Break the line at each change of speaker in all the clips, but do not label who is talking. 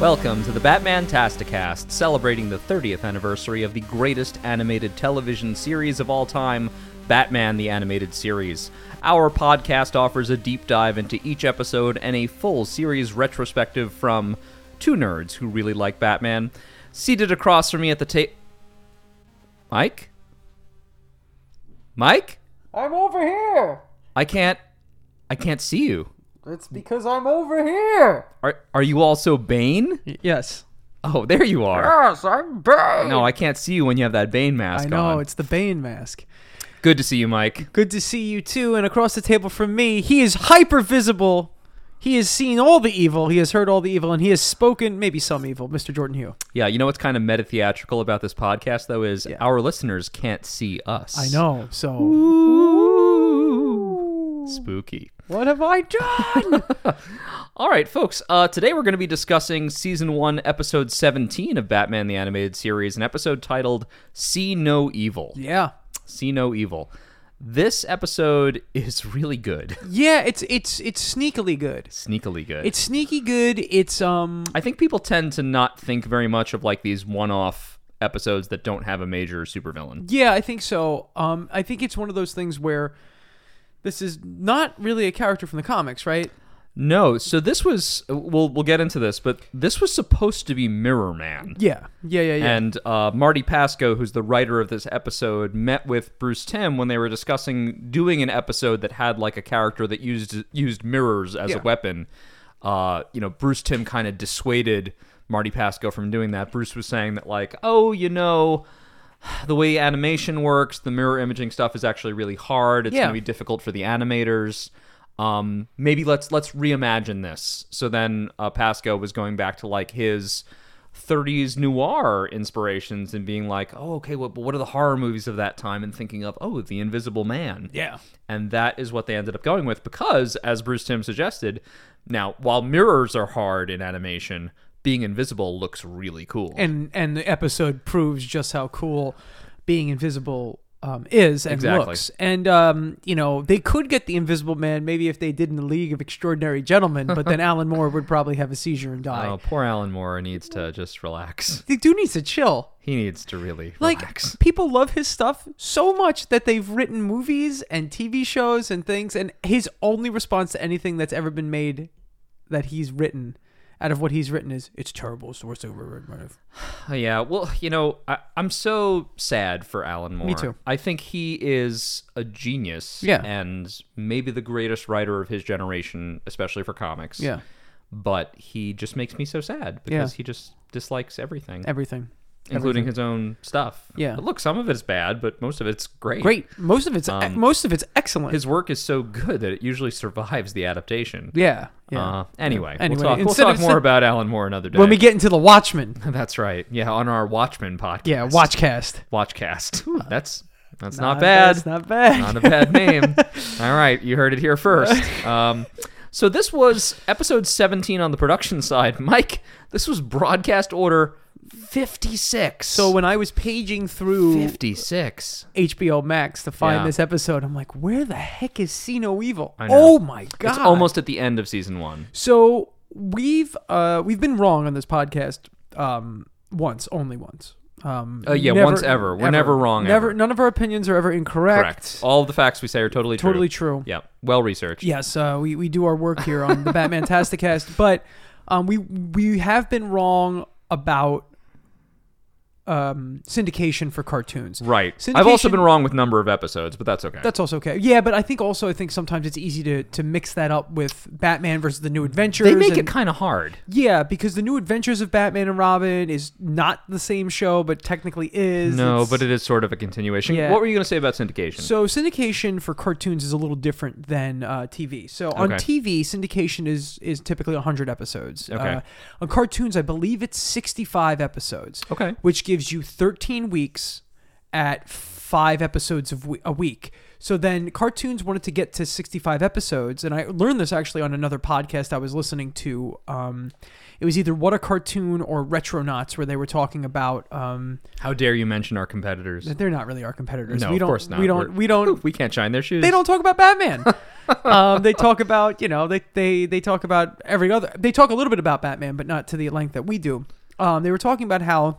Welcome to the Batman Tasticast, celebrating the 30th anniversary of the greatest animated television series of all time, Batman the Animated Series. Our podcast offers a deep dive into each episode and a full series retrospective from two nerds who really like Batman. Seated across from me at the table. Mike? Mike?
I'm over here.
I can't. I can't see you.
It's because I'm over here.
Are, are you also Bane?
Yes.
Oh, there you are.
Yes, I'm Bane.
No, I can't see you when you have that Bane mask
I know,
on.
it's the Bane mask.
Good to see you, Mike.
Good to see you too, and across the table from me, he is hyper visible. He has seen all the evil, he has heard all the evil, and he has spoken maybe some evil, Mr. Jordan Hugh.
Yeah, you know what's kind of meta theatrical about this podcast, though, is
Yeah.
our listeners can't see us.
I know, so
Spooky.
what have I done?
All right, folks. Uh, today we're going to be discussing season one, episode 17 of Batman the Animated Series, an episode titled See No Evil.
yeah.
See No Evil. This episode is really good,
Yeah, it's it's it's sneakily good.
sneakily good.
It's sneaky good. It's um
I think people tend to not think very much of like these one-off episodes that don't have a major supervillain.
Yeah, I think so. Um, I think it's one of those things where this is not really a character from the comics, right?
No, so this was we'll we'll get into this, but this was supposed to be Mirror Man.
Yeah, yeah, yeah, yeah.
And uh, Marty Pasco, who's the writer of this episode, met with Bruce Tim when they were discussing doing an episode that had like a character that used used mirrors as a
Yeah.
weapon. Uh, you know, Bruce Tim kind of dissuaded Marty Pasco from doing that. Bruce was saying that like, oh, you know. The way animation works, the mirror imaging stuff is actually really hard. It's
Yeah.
going to be difficult for the animators. Um, maybe let's let's reimagine this. So then uh, Pasco was going back to like his 30s noir inspirations and being like, oh, okay, what what are the horror movies of that time? And thinking of oh, The Invisible Man.
yeah.
And that is what they ended up going with because, as Bruce Tim suggested, now while mirrors are hard in animation, being invisible looks really cool.
and and the episode proves just how cool being invisible um, is and
Exactly.
looks. And um, you know, they could get the Invisible Man maybe if they did in the League of Extraordinary Gentlemen, but then Alan Moore would probably have a seizure and die.
oh, poor Alan Moore needs to just relax.
The dude needs to chill.
He needs to really
Like
relax.
people love his stuff so much that they've written movies and TV shows and things, and his only response to anything that's ever been made that he's written out of what he's written is it's terrible. It's the worst I've ever written.
Oh, yeah, well, you know, I, I'm so sad for Alan Moore.
too.
I think he is a genius.
Yeah.
And maybe the greatest writer of his generation, especially for comics.
Yeah,
But he just makes me so sad because
Yeah.
he just dislikes everything,
everything.
including his own stuff.
Yeah.
But look, some of it is bad, but most of it's great.
Great. Most of it's most of it's excellent.
Um, His work is so good that it usually survives the adaptation.
Yeah. yeah.
Uh, anyway,
Anyway,
we'll talk, we'll
instead
talk
of-
more about Alan Moore another day.
when we get into the Watchmen.
That's right. Yeah, on our Watchmen podcast.
Yeah, Watchcast.
Watchcast. That's that's not, bad.
That's not bad.
Not a bad name. All right, you heard it here first. Um, so this was episode 17 on the production side. Mike, this was broadcast order 56.
so when I was paging through
56.
HBO Max to find
Yeah.
this episode, I'm like, where the heck is See No Evil?
know.
Oh my god.
It's almost at the end of season 1.
So we've uh we've been wrong on this podcast um once, only once. Um
Uh, yeah, once ever. We're never wrong
Never
ever.
none of our opinions are ever incorrect.
Correct. All of the facts we say are totally true.
Totally true.
Yeah. Well researched.
Yes, uh, we, we do our work here on the Batman Tasticast, but um, we we have been wrong about um, syndication for cartoons.
Right. I've also
Syndication-
been wrong with number of episodes, but that's okay.
That's also okay. Yeah, but I think also I think sometimes it's easy to, to mix that up with Batman versus the New Adventures.
they make
and-
it kind of hard.
yeah, because the New Adventures of Batman and Robin is not the same show, but technically is.
No,
It's-
but it is sort of a continuation.
Yeah.
What were you going to say about syndication?
So syndication for cartoons is a little different than uh, TV. So on
Okay.
TV, syndication is is typically 100 episodes.
Okay.
Uh, on cartoons, I believe it's 65 episodes.
Okay.
Which gives you 13 weeks at five episodes of we- a week. So then cartoons wanted to get to 65 episodes and I learned this actually on another podcast I was listening to um it was either What a Cartoon or Retronauts where they were talking about um
How dare you mention our competitors?
they're not really our competitors.
No,
we
of
don't
course not.
we don't
We're-
we don't
We can't shine their shoes.
they don't talk about Batman. um, they talk about you know they, they they talk about every other. They talk a little bit about Batman, but not to the length that we do. Um, they were talking about how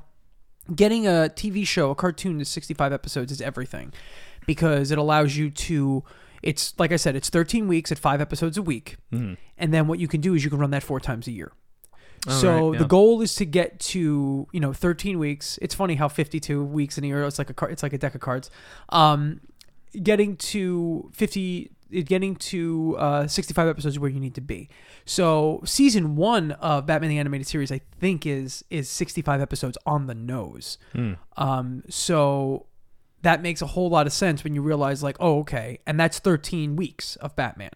getting a TV show, a cartoon to 65 episodes is everything because it allows you to. It's like I said, it's 13 weeks at five episodes a week,
Hmm.
and then what you can do is you can run that four times a year. so
right, yeah.
the goal is to get to you know 13 weeks. It's funny how 52 weeks in a year it's like a car, it's like a deck of cards. Um, getting to 50 it getting to uh, 65 episodes is where you need to be so season one of batman the animated series i think is is 65 episodes on the nose um, so that makes a whole lot of sense when you realize like oh okay and that's 13 weeks of batman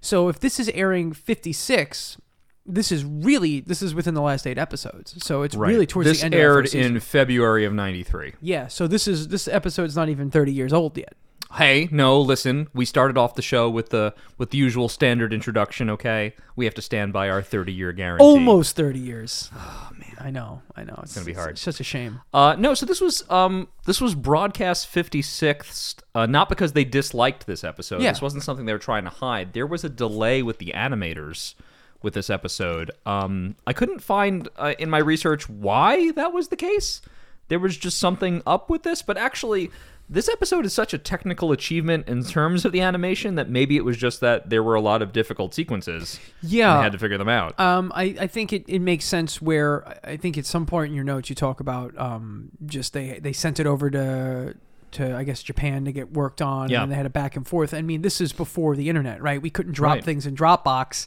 so if this is airing 56 this is really this is within the last eight episodes so it's really towards
this
the end of
aired
the first season.
in February of '93.
yeah so this is this episode's not even 30 years old yet
Hey, no, listen. We started off the show with the with the usual standard introduction. Okay, we have to stand by our 30 year guarantee.
almost 30 years. Oh man, I know, I know. It's,
gonna be hard.
It's such a shame.
Uh, no, so this was um, this was broadcast 56th, uh, not because they disliked this episode.
Yeah.
This wasn't something they were trying to hide. There was a delay with the animators with this episode. Um, I couldn't find uh, in my research why that was the case. There was just something up with this, but actually, this episode is such a technical achievement in terms of the animation that maybe it was just that there were a lot of difficult sequences. and
Yeah.
they had to figure them out.
Um, I, I think it, it makes sense where I- I think at some point in your notes you talk about um just they they sent it over to to I guess Japan to get worked on
Yeah.
and they had a back and forth. I mean this is before the internet, right? We couldn't drop
Right.
things in Dropbox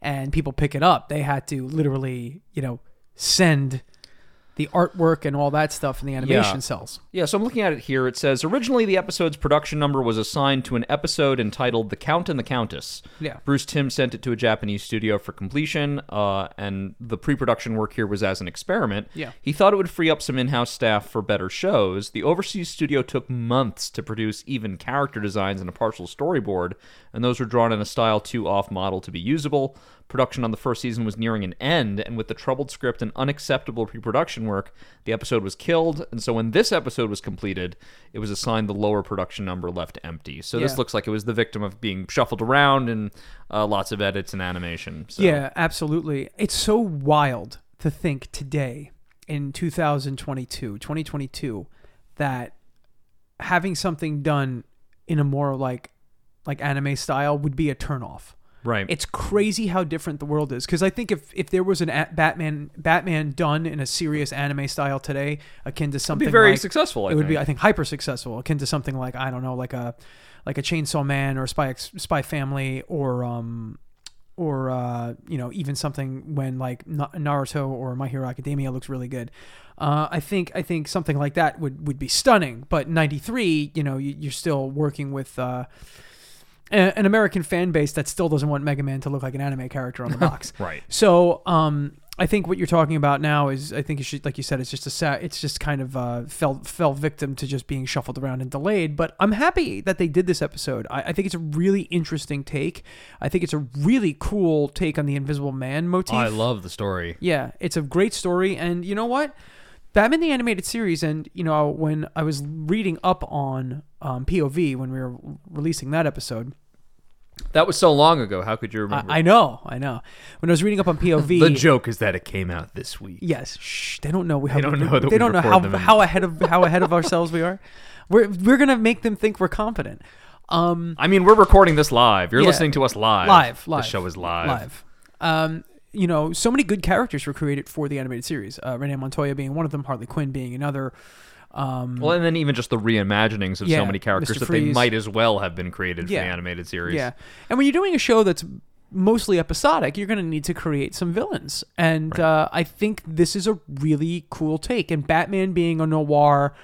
and people pick it up. They had to literally you know send the artwork and all that stuff and the animation cells.
Yeah, so I'm looking at it here. It says originally the episode's production number was assigned to an episode entitled "The Count and the Countess."
Yeah.
Bruce Tim sent it to a Japanese studio for completion, uh, and the pre-production work here was as an experiment.
Yeah.
He thought it would free up some in-house staff for better shows. The overseas studio took months to produce even character designs and a partial storyboard, and those were drawn in a style too off-model to be usable. Production on the first season was nearing an end, and with the troubled script and unacceptable pre-production work, the episode was killed. And so when this episode was completed, it was assigned the lower production number left empty. So this
Yeah.
looks like it was the victim of being shuffled around and uh, lots of edits and animation. So.
Yeah, absolutely. It's so wild to think today in 2022, 2022 that having something done in a more like like anime style would be a turnoff.
right.
It's crazy how different the world is cuz I think if if there was an a- Batman Batman done in a serious anime style today akin to something
be very
like-
successful. I
it would be
think.
I think hyper successful akin to something like I don't know like a like a Chainsaw Man or Spy X, Spy Family or um or uh you know even something when like Na- Naruto or My Hero Academia looks really good. Uh, I think I think something like that would would be stunning. But '93, you know, you, you're still working with. Uh, a- an American fan base that still doesn't want Mega Man to look like an anime character on the box.
Right.
So, um, I think what you're talking about now is, I think, it should, like you said, it's just a sa- it's just kind of uh, fell fell victim to just being shuffled around and delayed. But I'm happy that they did this episode. I, I think it's a really interesting take. I think it's a really cool take on the Invisible Man motif.
I love the story.
Yeah, it's a great story, and you know what? Batman the Animated Series, and you know when I was reading up on um, POV when we were releasing that episode,
That was so long ago. How could you remember?
I, I know, I know. When I was reading up on POV,
the joke is that it came out this week.
Yes. Shh. They don't know. How, they
don't know that
they
we
don't know
record
how,
them in-
how ahead of how ahead of ourselves we are. We're we're gonna make them think we're competent. Um,
I mean, we're recording this live. You're
Yeah.
listening to us live.
live, live.
The show is live.
Live. Um, you know, so many good characters were created for the animated series. Uh, Renee Montoya being one of them, Harley Quinn being another. Um,
Well, and then even just the reimaginings of
Yeah,
so many characters
Mr.
that they
Freeze.
might as well have been created
Yeah.
for the animated series.
yeah. And when you're doing a show that's mostly episodic, you're gonna need to create some villains. And uh, I think this is a really cool take. And Batman being a noir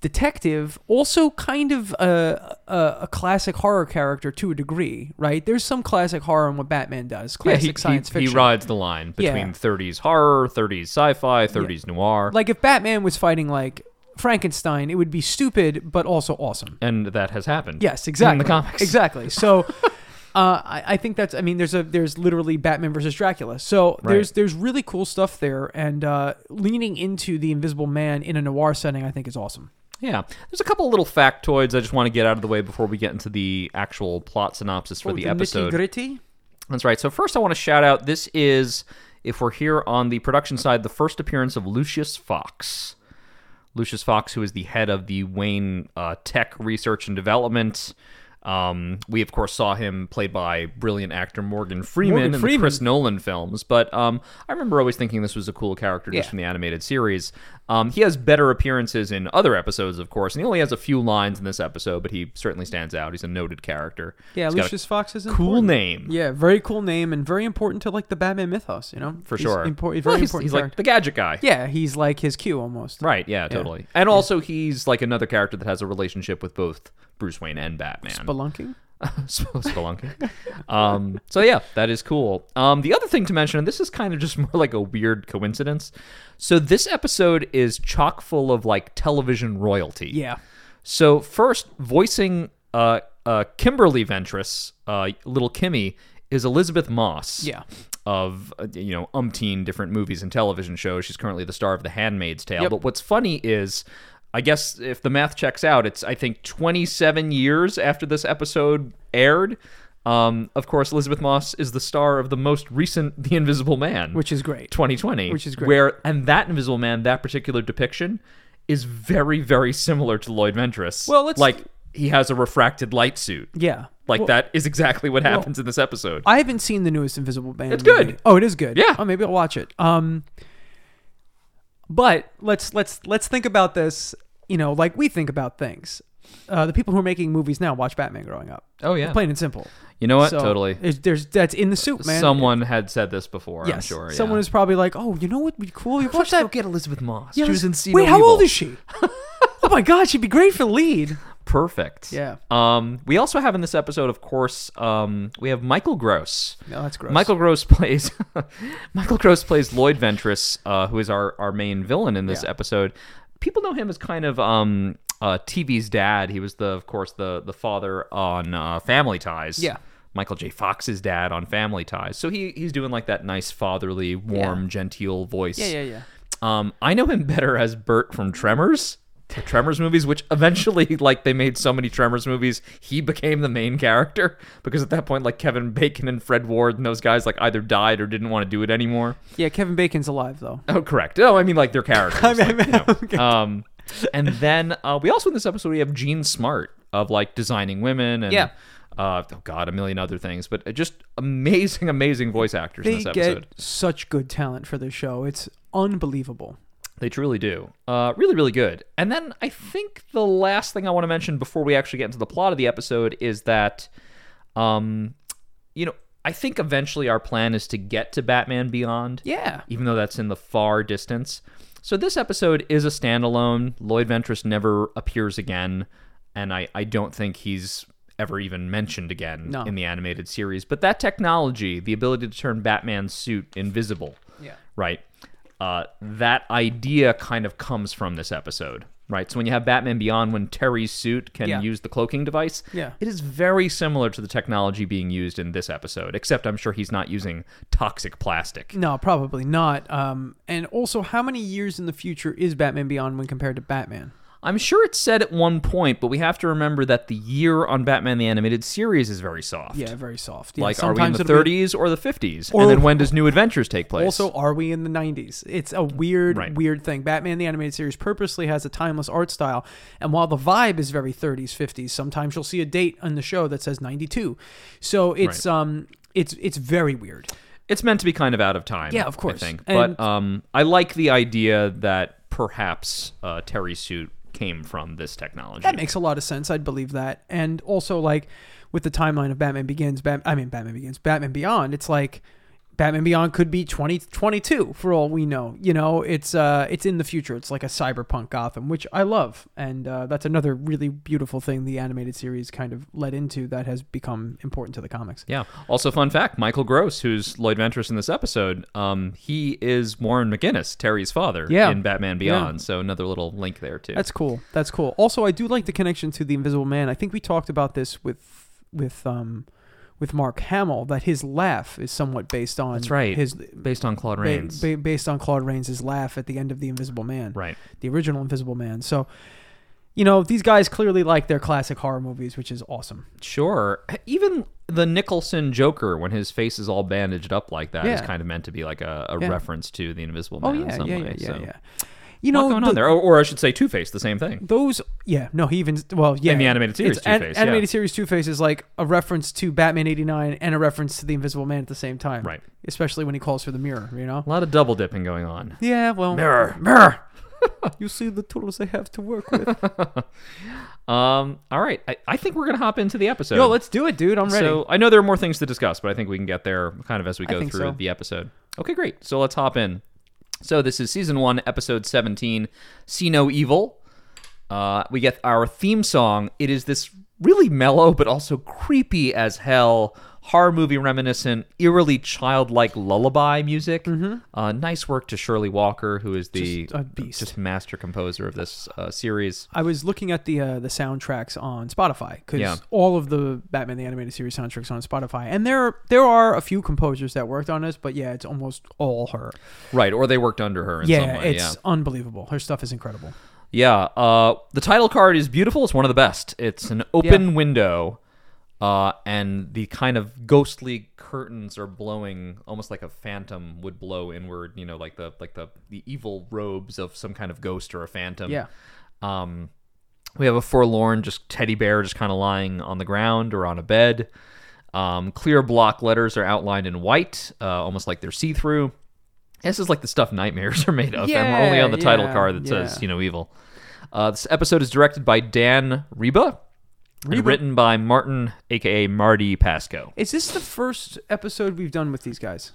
detective also kind of a, a, a classic horror character to a degree right there's some classic horror in what batman does
Yeah,
classic
he,
science
he, he
fiction
rides the line between
Yeah.
30s horror, 30s sci-fi, 30s noir,
like if batman was fighting like frankenstein it would be stupid but also awesome
and that has happened.
Yes, exactly.
In the comics.
exactly. So, uh, I, I think that's. I mean, there's a there's literally Batman versus Dracula. So there's
Right.
there's really cool stuff there, and uh, leaning into the Invisible Man in a noir setting, I think is awesome.
Yeah, there's a couple little factoids I just want to get out of the way before we get into the actual plot synopsis for
Oh,
the episode.
nitty-gritty?
That's right. So first, I want to shout out. This is, if we're here on the production side, the first appearance of Lucius Fox. Lucius Fox, who is the head of the Wayne uh, Tech Research and Development. Um, we of course saw him played by brilliant actor Morgan Freeman,
Morgan
in the
Freeman.
Chris Nolan films, but um, I remember always thinking this was a cool character just
Yeah.
from the animated series. Um, he has better appearances in other episodes, of course, and he only has a few lines in this episode, but he certainly stands out. He's a noted character.
Yeah,
He's got a
Lucius Fox is
cool
important.
name.
Yeah, very cool name and very important to like the Batman mythos. You know,
for
He's
sure.
Impor-
Well,
very
he's,
important.
he's
character.
like the gadget guy.
Yeah, he's like his Q almost.
Right. Yeah. Totally. And also, he's like another character that has a relationship with both Bruce Wayne and Batman.
Spelunking.
Sp- Spelunking. um, so yeah, that is cool. Um, the other thing to mention, and this is kind of just more like a weird coincidence. So this episode is chock full of like television royalty.
Yeah.
So first, voicing uh, uh, Kimberly Ventress, uh, little Kimmy, is Elizabeth Moss.
Yeah.
Of uh, you know umpteen different movies and television shows. She's currently the star of The Handmaid's Tale.
Yep.
But what's funny is. I guess if the math checks out, it's I think 27 years after this episode aired. Um, of course, Elizabeth Moss is the star of the most recent The Invisible Man,
Which is great.
2020,
Which is great.
Where and that Invisible Man, that particular depiction, is very very similar to Lloyd Ventress.
Well, let's-
like he has a refracted light suit.
Yeah.
Like
Well,
that is exactly what happens in this episode.
I haven't seen the newest Invisible Man.
It's
movie.
good.
Oh, it is good.
Yeah.
Oh, maybe I'll watch it. Um, but let's let's let's think about this. You know, like we think about things. Uh, the people who are making movies now watch Batman growing up.
Oh, yeah.
Plain and simple.
you know what?
So,
totally.
There's, there's that's in the suit, man.
Someone had said this before.
yes.
I'm sure. yeah.
Someone is probably like, oh, you know what would be cool? You watch
Let's go
that.
get Elizabeth Moss.
Yeah,
she was in
let's-
Sea
Wait,
No
how
Evil.
old is she? oh my God, she'd be great for lead.
Perfect.
Yeah.
Um, we also have in this episode, of course, um, we have Michael Gross.
No, that's gross.
Michael Gross plays Michael Gross plays Lloyd Ventress, uh, who is our, our main villain in this
Yeah.
episode. People know him as kind of um, uh, TV's dad. He was the, of course, the the father on uh, Family Ties.
Yeah.
Michael J. Fox's dad on Family Ties. So he he's doing like that nice fatherly, warm, genteel voice.
Yeah, yeah, yeah.
Um, I know him better as Bert from Tremors, the Tremors movies, which eventually, like, they made so many Tremors movies, he became the main character because at that point, like, Kevin Bacon and Fred Ward and those guys, like, either died or didn't want to do it anymore.
Yeah, Kevin Bacon's alive though.
Oh, correct. No, I mean, like, their characters.
I
like,
mean,
you know. um, and then uh, we also in this episode we have Gene Smart of like designing women and
Yeah.
uh, oh god, a million other things, but uh, just amazing, amazing voice actors in
They
this
get
episode.
such good talent for this show. It's unbelievable.
They truly do. Uh, really, really good. And then I think the last thing I want to mention before we actually get into the plot of the episode is that, um, you know, I think eventually our plan is to get to Batman Beyond,
Yeah.
even though that's in the far distance. So this episode is a standalone. Lloyd Ventress never appears again, and I, I don't think he's ever even mentioned again
No.
in the animated series. But that technology, the ability to turn Batman's suit invisible,
Yeah.
right? Uh, that idea kind of comes from this episode, right? So when you have Batman Beyond, when Terry's suit can
Yeah.
use the cloaking device,
Yeah.
it is very similar to the technology being used in this episode, except I'm sure he's not using toxic plastic.
No, probably not. Um, and also, how many years in the future is Batman Beyond when compared to Batman?
I'm sure it's said at one point, but we have to remember that the year on Batman the Animated Series is very soft.
Yeah, very soft. Yeah,
Like, are we in
sometimes
the
it'll be-
30s or the 50s?
Or-
and then when does New Adventures take place?
Also, are we in the 90s? It's a weird,
Right.
weird thing. Batman the Animated Series purposely has a timeless art style. And while the vibe is very 30s, 50s, sometimes you'll see a date on the show that says 92. So it's. um. It's it's very weird.
it's meant to be kind of out of time.
Yeah, of course.
I think,
And-
but um, I like the idea that perhaps uh, Terry suit came from this technology.
That makes a lot of sense. I'd believe that. And also, like with the timeline of Batman Begins, Bat- I mean Batman Begins, Batman Beyond. It's like Batman Beyond could be twenty twenty two for all we know. You know, it's uh, it's in the future. It's like a cyberpunk Gotham, which I love, and uh, that's another really beautiful thing the animated series kind of led into that has become important to the comics.
yeah. Also, fun fact: Michael Gross, who's Lloyd Ventress in this episode, um, he is Warren McGinnis, Terry's father,
Yeah.
in Batman Beyond. So another little link there too.
That's cool. That's cool. Also, I do like the connection to the Invisible Man. I think we talked about this with with um with Mark Hamill that his laugh is somewhat based on
That's right.
his
based on Claude
ba-
Rains.
ba- based on Claude Rains' laugh at the end of The Invisible Man,
right.
the original Invisible Man. So you know, these guys clearly like their classic horror movies, which is awesome.
Sure. Even the Nicholson Joker, when his face is all bandaged up like that, is
Yeah.
kind of meant to be like a, a
Yeah.
reference to the Invisible
Oh
Man in
yeah,
some
yeah, yeah,
way.
yeah,
so.
yeah. You
What's
know,
going
the-
on there? Or, or I should say Two Face, the same thing.
those yeah no he even well yeah
In the animated series,
It's an-
Two-Face, yeah.
animated series Two Face is like a reference to Batman eighty nine and a reference to the Invisible Man at the same time
Right.
especially when he calls for the mirror you know
A lot of double dipping going on.
yeah well
Mirror.
mirror you see the tools I have to work with
Um, all right. I, I think we're going to hop into the episode.
yo let's do it dude I'm ready
So I know there are more things to discuss, but I think we can get there kind of as we go through
think so.
the episode. Okay, great. So let's hop in. So this is season one, episode seventeen. See no evil. Uh, we get our theme song. It is this really mellow, but also creepy as hell horror movie reminiscent, eerily childlike lullaby music. Uh, nice work to Shirley Walker, who is the
Mm-hmm. Just a beast.
just master composer of this uh, series.
I was looking at the uh, the soundtracks on Spotify because
Yeah.
all of the Batman the animated series soundtracks on Spotify and there there are a few composers that worked on this but yeah it's almost all her
Right, or they worked under her in some
yeah
way.
it's
yeah.
unbelievable her stuff is incredible
Yeah, uh, the title card is beautiful. It's one of the best. It's an open window, uh, and the kind of ghostly curtains are blowing, almost like a phantom would blow inward. You know, like the like the the evil robes of some kind of ghost or a phantom.
yeah
Um, we have a forlorn, just teddy bear, just kind of lying on the ground or on a bed. Um, clear block letters are outlined in white, uh, almost like they're see through. This is like the stuff nightmares are made of. and we're only
Yeah,
on the title
yeah,
card that
yeah.
says, you know, evil. Uh, this episode is directed by Dan Reba, and written by Martin, aka Marty Pasco.
Is this the first episode we've done with these guys?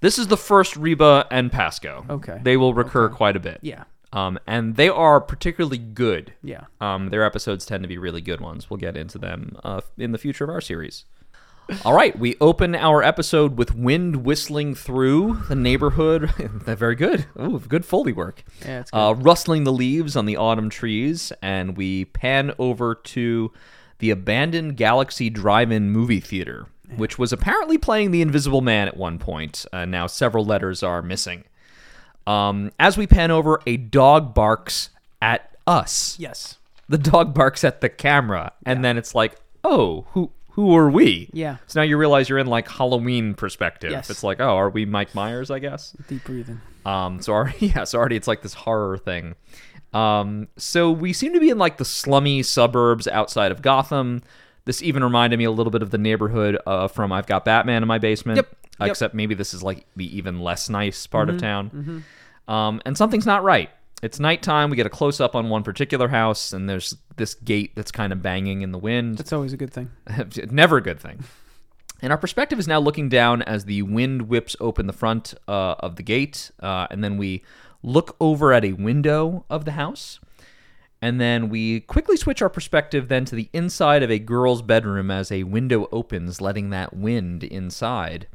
This is the first Reba and Pasco.
Okay.
They will recur quite a bit.
Yeah.
Um, and they are particularly good.
Yeah.
Um, their episodes tend to be really good ones. We'll get into them uh, in the future of our series. All right, we open our episode with wind whistling through the neighborhood. Very good. Ooh, good Foley work.
Yeah, it's good.
Uh, rustling the leaves on the autumn trees, and we pan over to the abandoned Galaxy Drive In movie theater, which was apparently playing The Invisible Man at one point. Uh, now, several letters are missing. Um, as we pan over, a dog barks at us
yes.
the dog barks at the camera and then it's like oh who who are we
Yeah.
so now you realize you're in like halloween perspective
Yes.
it's like oh are we mike myers i guess
Deep breathing.
um so already yeah so already it's like this horror thing um so we seem to be in like the slummy suburbs outside of gotham this even reminded me a little bit of the neighborhood uh, from i've got batman in my basement
Yep.
Uh,
Yep. Mm-hmm,
except maybe this is like the even less nice part of town um, and something's not right. It's nighttime. We get a close up on one particular house, and there's this gate that's kind of banging in the wind.
That's always a good thing.
Never a good thing. And our perspective is now looking down as the wind whips open the front uh, of the gate, uh, and then we look over at a window of the house. And then we quickly switch our perspective then to the inside of a girl's bedroom as a window opens, letting that wind inside.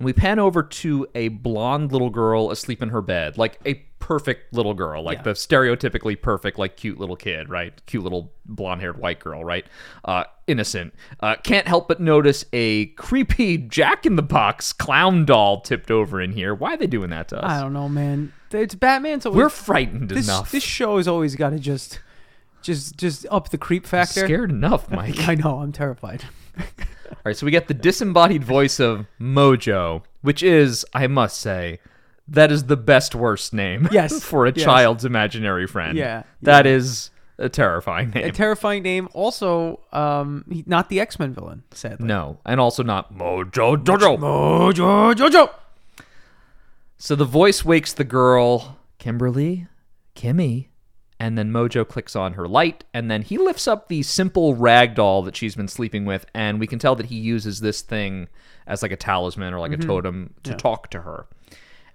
And we pan over to a blonde little girl asleep in her bed, like a perfect little girl, like the stereotypically perfect, like cute little kid, right? Cute little blonde haired white girl, right? Uh, innocent. Uh, can't help but notice a creepy Jack in the Box clown doll tipped over in here. Why are they doing that to
I
us?
don't know, man. It's Batman's always
We're frightened
this,
enough.
this show has always got to just just just up the creep factor.
Scared enough, Mike.
I know, I'm terrified.
All right, so we get the disembodied voice of Mojo, which is, I must say, that is the best worst name.
Yes,
for a
yes.
child's imaginary friend.
Yeah,
that is a terrifying name.
A terrifying name also um he- not the X-Men villain, sadly.
no, and also not Mojo Jojo.
Mojo Jojo.
So the voice wakes the girl, Kimberly, Kimmy, and then Mojo clicks on her light, and then he lifts up the simple rag doll that she's been sleeping with, and we can tell that he uses this thing as like a talisman or like
Mm-hmm.
a totem to talk to her.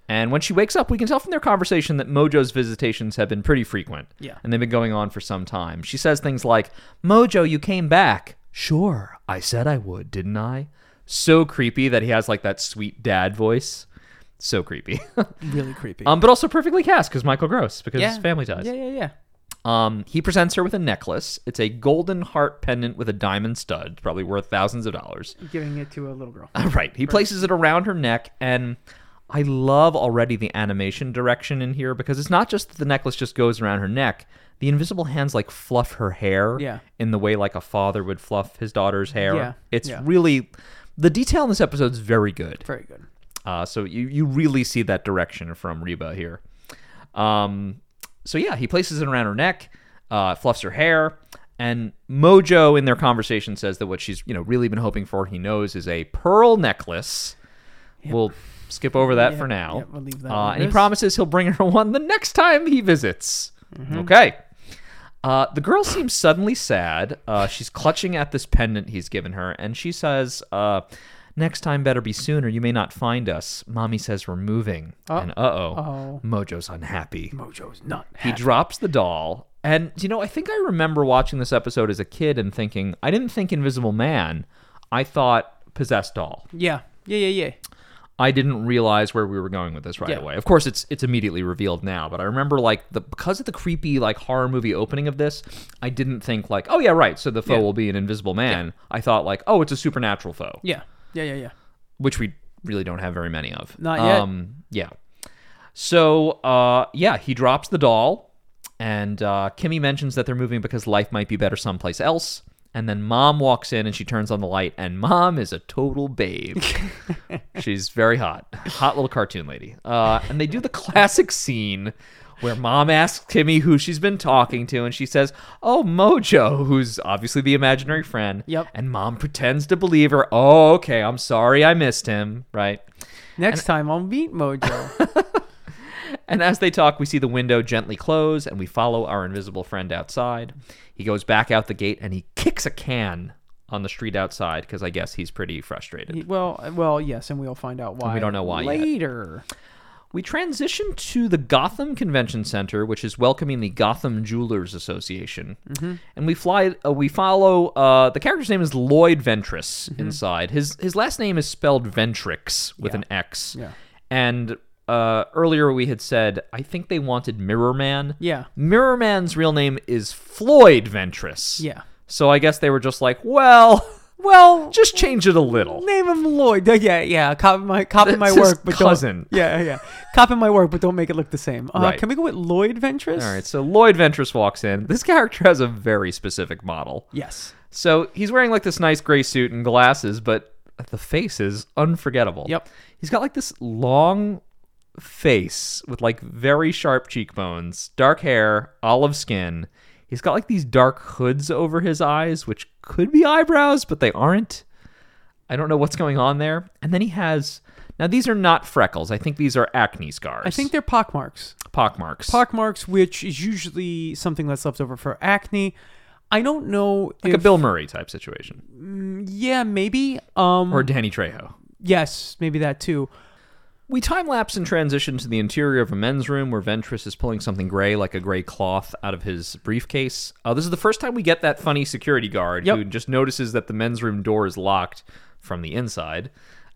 And when she wakes up, we can tell from their conversation that Mojo's visitations have been pretty frequent.
Yeah.
And they've been going on for some time. She says things like, Mojo, you came back. Sure, I said I would, didn't I? So creepy that he has like that sweet dad voice. So creepy.
Really creepy.
Um, but also perfectly cast because Michael Gross because
Yeah.
his family ties.
Yeah, yeah, yeah.
Um, he presents her with a necklace. It's a golden heart pendant with a diamond stud, probably worth thousands of dollars.
Giving it to a little girl.
All right. He places it around her neck, and I love already the animation direction in here because it's not just that the necklace just goes around her neck. the invisible hands like fluff her hair
Yeah.
in the way like a father would fluff his daughter's hair.
Yeah,
It's
yeah.
really the detail in this episode's very good.
Very good.
Uh, so you, you really see that direction from Reba here. Um, so yeah, he places it around her neck, uh, fluffs her hair, and Mojo in their conversation says that what she's you know really been hoping for, he knows, is a pearl necklace. We'll skip over that for now.
yep, we'll leave that
uh,
one.
and he
This-
promises he'll bring her one the next time he visits.
Mm-hmm.
Okay. Uh, the girl seems suddenly sad. Uh, she's clutching at this pendant he's given her, and she says, uh, "Next time better be soon, or you may not find us." Mommy says we're moving, and uh-oh,
oh.
Mojo's unhappy.
Mojo's not
He drops the doll, and you know, I think I remember watching this episode as a kid and thinking, I didn't think Invisible Man. I thought possessed doll.
Yeah. Yeah, yeah, yeah.
I didn't realize where we were going with this right
Yeah.
away. Of course, it's it's immediately revealed now, but I remember like the because of the creepy like horror movie opening of this, I didn't think like, oh yeah, right. So the foe
Yeah.
will be an invisible man. I thought like, oh, it's a supernatural foe,
Yeah. Yeah, yeah, yeah.
which we really don't have very many of.
Not yet.
Um, yeah. So uh, yeah, he drops the doll, and uh, Kimmy mentions that they're moving because life might be better someplace else. And then mom walks in and she turns on the light, and mom is a total babe. She's very hot, hot little cartoon lady. Uh, and they do the classic scene where mom asks Kimmy who she's been talking to, and she says, "Oh, Mojo, who's obviously the imaginary friend."
Yep.
And mom pretends to believe her. Oh, okay, I'm sorry, I missed him. Right.
Next time I'll meet Mojo.
And as they talk, we see the window gently close and we follow our invisible friend outside. He goes back out the gate and he kicks a can on the street outside because I guess he's pretty frustrated.
He- well, uh, well, yes, and we'll find out why.
we don't know why yet.
later.
We transition to the Gotham Convention Center, which is welcoming the Gotham Jewelers Association,
Mm-hmm.
and we fly. Uh, we follow. Uh, the character's name is Lloyd Ventress.
Mm-hmm.
Inside his his last name is spelled Ventrix with an X.
Yeah.
And uh, earlier we had said I think they wanted Mirror Man.
Yeah.
Mirror Man's real name is Floyd Ventress.
Yeah.
So I guess they were just like, well,
Well,
just change it a little.
name him Lloyd. Uh, Yeah, yeah. Cop my cop in my
That's his
work, but don't-
cousin.
Yeah, yeah. Cop in my work, but don't make it look the same. Uh,
Right.
Can we go with Lloyd Ventress?
All right, so Lloyd Ventress walks in. This character has a very specific model.
Yes.
So he's wearing like this nice gray suit and glasses, but the face is unforgettable.
Yep.
He's got like this long face with like very sharp cheekbones, dark hair, olive skin. He's got like these dark hoods over his eyes, which could be eyebrows, but they aren't. I don't know what's going on there. And then he has now these are not freckles. I think these are acne scars.
I think they're pockmarks.
pockmarks.
Pockmarks, which is usually something that's left over for acne. I don't know
like
if
a Bill Murray type situation.
yeah, maybe. Um
Or Danny Trejo.
yes, maybe that too.
We time lapse and transition to the interior of a men's room where Ventress is pulling something gray, like a gray cloth, out of his briefcase. Uh, this is the first time we get that funny security guard
Yep.
who just notices that the men's room door is locked from the inside.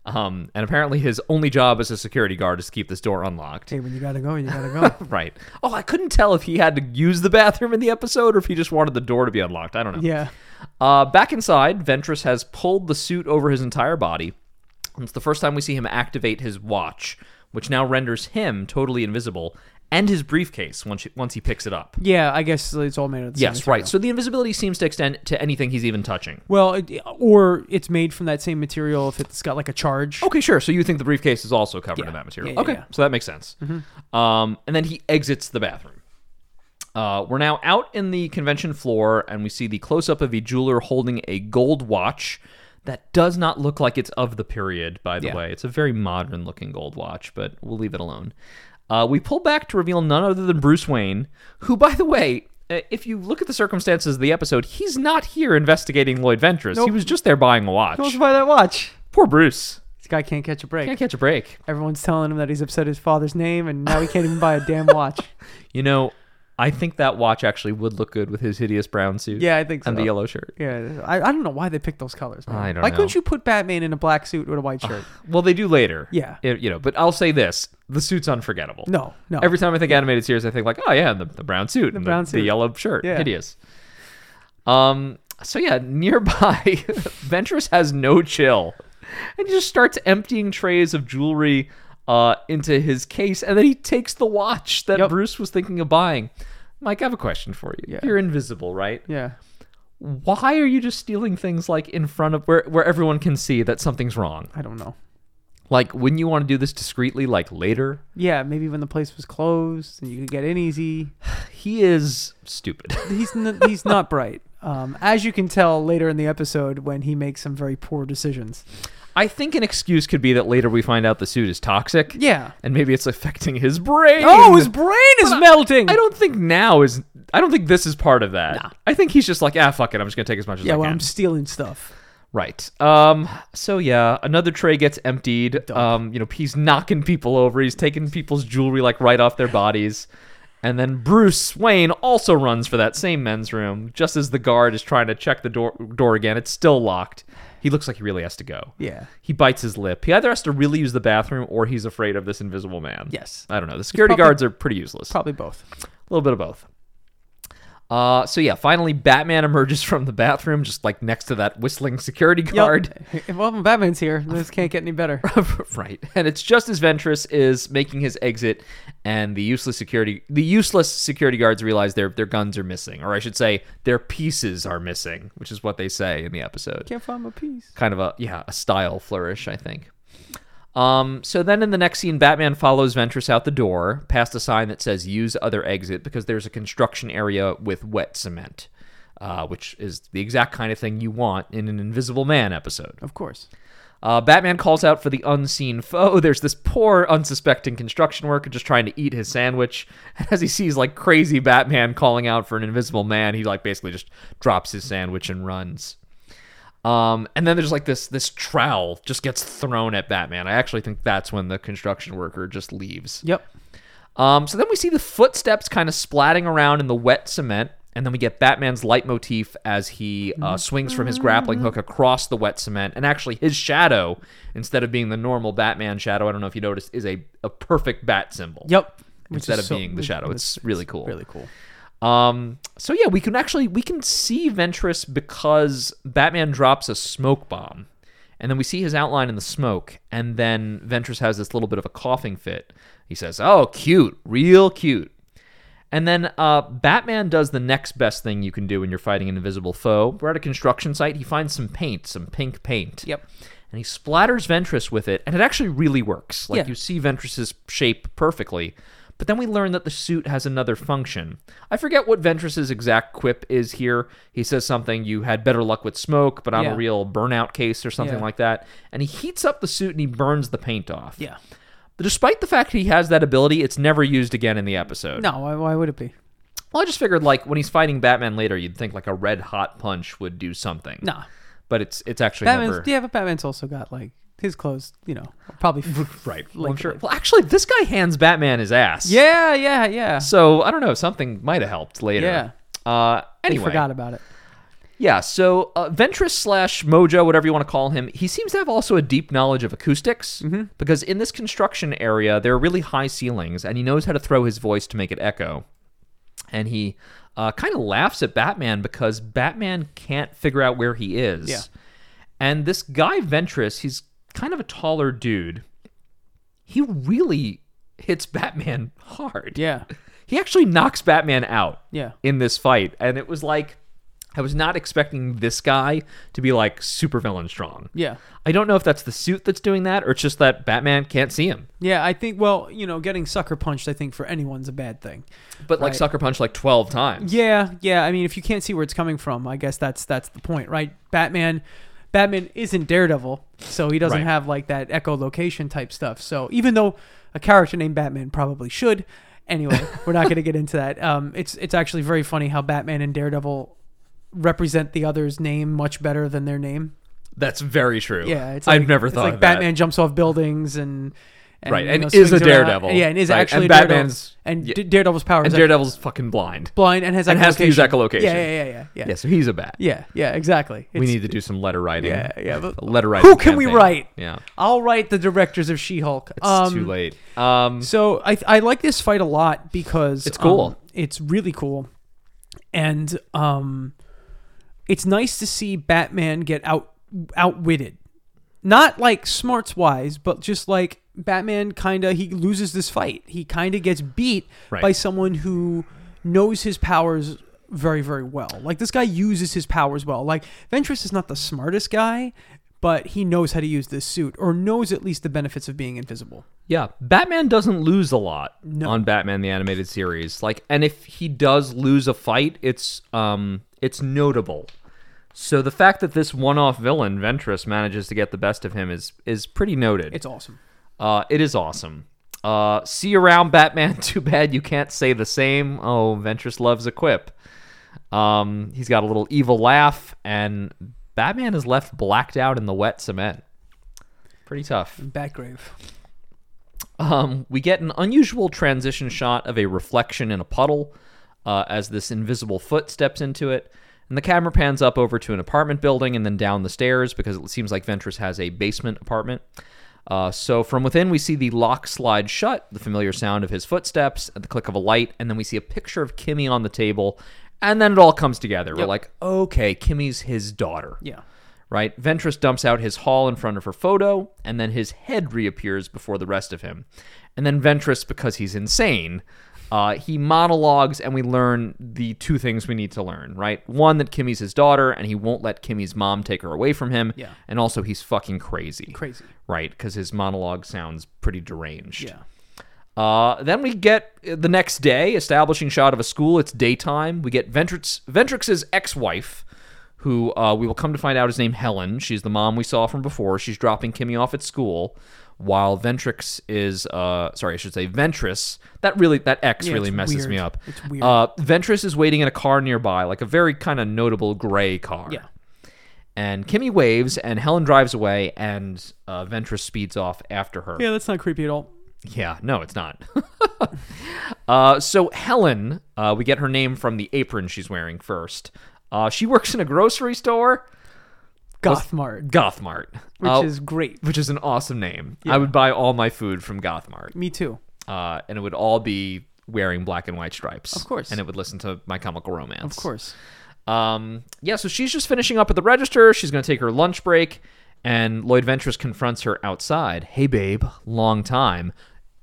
Um, and apparently, his only job as a security guard is to keep this door unlocked.
Hey, when you gotta go, you gotta go.
Right. Oh, I couldn't tell if he had to use the bathroom in the episode or if he just wanted the door to be unlocked. I don't know.
yeah.
Uh, back inside, Ventress has pulled the suit over his entire body. It's the first time we see him activate his watch, which now renders him totally invisible, and his briefcase once once he picks it up.
Yeah, I guess it's all made of the same
Yes, right.
material.
So the invisibility seems to extend to anything he's even touching.
Well, it, or it's made from that same material if it's got like a charge.
Okay, sure. So you think the briefcase is also covered in that material?
Yeah, yeah,
okay,
yeah. Mm-hmm.
so that makes sense. Um, and then he exits the bathroom. Uh, we're now out in the convention floor, and we see the close up of a jeweler holding a gold watch that does not look like it's of the period. By the
Yeah.
way, it's a very modern looking gold watch, but we'll leave it alone. Uh, we pull back to reveal none other than Bruce Wayne, who, by the way. uh, If you look at the circumstances of the episode, he's not here investigating Lloyd Ventress. He was just there buying a watch.
Let's buy that watch.
Poor Bruce.
This guy can't catch a break.
Can't catch a break.
Everyone's telling him that he's upset his father's name, and now he can't even buy a damn watch.
You know, I think that watch actually would look good with his hideous brown suit.
Yeah, I think so.
And the yellow shirt.
Yeah, I, I don't know why they picked those colors. Man.
I don't
why
know.
couldn't you put Batman in a black suit with a white shirt?
Well, they do later.
Yeah.
It- you know, but I'll say this: the suit's unforgettable.
No, no.
Every time I think animated series, I think like, oh yeah, the, the brown suit, and the,
brown
the
suit.
yellow shirt,
Yeah.
hideous. Um. So yeah, nearby, Ventress has no chill, and he just starts emptying trays of jewelry uh, into his case, and then he takes the watch that
Yep.
Bruce was thinking of buying. Mike, I have a question for you.
Yeah.
You're invisible, right?
Yeah.
Why are you just stealing things like in front of where where everyone can see that something's wrong?
I don't know.
Like, wouldn't you want to do this discreetly, like later?
Yeah, maybe when the place was closed and you could get in easy.
He is stupid.
He's n- he's not bright. Um, as you can tell later in the episode when he makes some very poor decisions.
I think an excuse could be that later we find out the suit is toxic.
Yeah.
And maybe it's affecting his brain.
Oh, his brain is
But I-
melting.
I don't think now is. I don't think this is part of that. I think he's just like, ah, fuck it. I'm just gonna take as much as
yeah,
I
well,
can.
I'm stealing stuff.
Right. Um. So yeah, another tray gets emptied. Um. You know, he's knocking people over. He's taking people's jewelry like right off their bodies. And then Bruce Wayne also runs for that same men's room. Just as the guard is trying to check the door door again, it's still locked. He looks like he really has to go.
Yeah.
He bites his lip. He either has to really use the bathroom or he's afraid of this invisible man.
Yes.
I don't know. The security
probably-
guards are pretty useless.
Probably both.
A little bit of both. Uh, so yeah, finally Batman emerges from the bathroom, just like next to that whistling security guard.
Yep. Well, Batman's here. This can't get any better.
right, and it's just as Ventress is making his exit, and the useless security the useless security guards realize their their guns are missing, or I should say, their pieces are missing, which is what they say in the episode.
Can't find my piece.
kind of a yeah a style flourish i think um, so then in the next scene batman follows ventress out the door past a sign that says use other exit because there's a construction area with wet cement uh, which is the exact kind of thing you want in an invisible man episode
Of course.
uh, batman calls out for the unseen foe there's this poor unsuspecting construction worker just trying to eat his sandwich as he sees like crazy batman calling out for an invisible man he like basically just drops his sandwich and runs um, and then there's like this this trowel just gets thrown at Batman. I actually think that's when the construction worker just leaves.
Yep.
Um, so then we see the footsteps kind of splatting around in the wet cement, and then we get Batman's leitmotif as he uh, swings from his grappling hook across the wet cement, and actually his shadow, instead of being the normal Batman shadow, I don't know if you noticed, is a, a perfect bat symbol.
Yep.
Instead of being the shadow, it's, really cool.
really cool.
Um, so yeah, we can actually we can see Ventress because Batman drops a smoke bomb, and then we see his outline in the smoke, and then Ventress has this little bit of a coughing fit. He says, "Oh, cute, real cute." And then uh, Batman does the next best thing you can do when you're fighting an invisible foe. We're at a construction site. He finds some paint, some pink paint.
Yep.
And he splatters Ventress with it, and it actually really works. Like
Yeah.
you see Ventress's shape perfectly. But then we learn that the suit has another function. I forget what Ventress's exact quip is here. He says something, you had better luck with smoke, but I'm
Yeah.
a real burnout case or something
Yeah.
like that. And he heats up the suit and he burns the paint off.
Yeah.
Despite the fact he has that ability, it's never used again in the episode.
No, why, why would it be?
Well, I just figured like when he's fighting Batman later, you'd think like a red hot punch would do something.
Nah.
But it's it's actually
Batman's
never
yeah, but Batman's also got like his clothes, you know, probably
right. Well,
Like,
I'm sure. Well, actually, this guy hands Batman his ass.
Yeah, yeah, yeah.
So I don't know. Something might have helped later. Yeah. Uh.
They
Anyway.
forgot about it.
Yeah. So uh, Ventress slash Mojo, whatever you want to call him, he seems to have also a deep knowledge of acoustics
Mm-hmm.
because in this construction area there are really high ceilings, and he knows how to throw his voice to make it echo. And he uh, kind of laughs at Batman because Batman can't figure out where he is.
Yeah.
And this guy Ventress, he's kind of a taller dude. He really hits Batman hard.
Yeah.
He actually knocks Batman out
Yeah.
in this fight, and it was like I was not expecting this guy to be like super villain strong.
Yeah.
I don't know if that's the suit that's doing that, or it's just that Batman can't see him.
Yeah, I think well, you know, getting sucker punched I think for anyone's a bad thing.
But like
Right.
sucker punch like twelve times.
Yeah, yeah. I mean, if you can't see where it's coming from, I guess that's that's the point, right? Batman, Batman isn't Daredevil, so he doesn't
Right.
have like that echolocation type stuff. So even though a character named Batman probably should, anyway, we're not going to get into that. Um, it's it's actually very funny how Batman and Daredevil represent the other's name much better than their name.
That's very true.
Yeah, it's
I've
like-
never
it's
thought
like
of that.
Batman jumps off buildings and. And,
Right,
you
and
know,
is a
swings around.
Daredevil.
Yeah, and is
Right, and
actually
Batman's-
Daredevil. And
yeah.
D- Daredevil's power
And
is
Daredevil's fucking blind.
blind and has
and has to use echolocation.
Yeah, yeah, yeah, yeah, yeah.
Yeah, so he's a bat.
Yeah, yeah, exactly.
we
It's-
need to do some letter writing.
Yeah, yeah, but-
A letter writing.
Who can we
campaign.
write?
Yeah.
I'll write the directors of She-Hulk.
It's
um,
too late. Um
So I I like this fight a lot because
It's cool.
um, it's really cool, and um, it's nice to see Batman get out outwitted. Not like smarts wise, but just like Batman kind of he loses this fight. He kind of gets beat
Right.
by someone who knows his powers very very well. Like this guy uses his powers well. Like Ventress is not the smartest guy, but he knows how to use this suit or knows at least the benefits of being invisible.
Yeah, Batman doesn't lose a lot on Batman the animated series. Like, and if he does lose a fight, it's um, it's notable. So the fact that this one-off villain Ventress manages to get the best of him is is pretty noted.
It's awesome.
Uh, it is awesome. Uh, see you around, Batman. Too bad you can't say the same. Oh, Ventress loves a quip. Um, he's got a little evil laugh, and Batman is left blacked out in the wet cement. Pretty tough.
Batgrave.
Um, we get an unusual transition shot of a reflection in a puddle uh, as this invisible foot steps into it. And the camera pans up over to an apartment building and then down the stairs because it seems like Ventress has a basement apartment. Uh, so from within, we see the lock slide shut, the familiar sound of his footsteps, and the click of a light, and then we see a picture of Kimmy on the table. And then it all comes together. We're like, okay, Kimmy's his daughter
Yeah.
right? Ventress dumps out his haul in front of her photo, and then his head reappears before the rest of him. And then Ventress, because he's insane, uh, he monologues, and we learn the two things we need to learn, right? One, that Kimmy's his daughter, and he won't let Kimmy's mom take her away from him.
Yeah.
And also, he's fucking crazy.
Crazy.
Right? Because his monologue sounds pretty deranged.
Yeah.
Uh, then we get uh, the next day, establishing shot of a school. It's daytime. We get Ventrix, Ventrix's ex-wife, who uh, we will come to find out is named Helen. She's the mom we saw from before. She's dropping Kimmy off at school, while Ventrix is, uh, sorry, I should say Ventress. That really, that ex
Yeah,
really
it's
messes
weird.
me up.
It's weird.
Uh, Ventress is waiting in a car nearby, like a very kind of notable gray car.
Yeah.
And Kimmy waves, and Helen drives away, and uh, Ventress speeds off after her.
Yeah, that's not creepy at all.
Yeah, no, it's not. uh, so Helen, uh, we get her name from the apron she's wearing first. Uh, she works in a grocery store,
Gothmart,
Gothmart,
which
uh,
is great.
which is an awesome name. I would buy all my food from Gothmart,
Me too.
uh, and it would all be wearing black and white stripes, of
course.
and it would listen to My Chemical Romance,
Of course.
Um, yeah, so she's just finishing up at the register. She's going to take her lunch break, and Lloyd Ventress confronts her outside. Hey, babe, long time.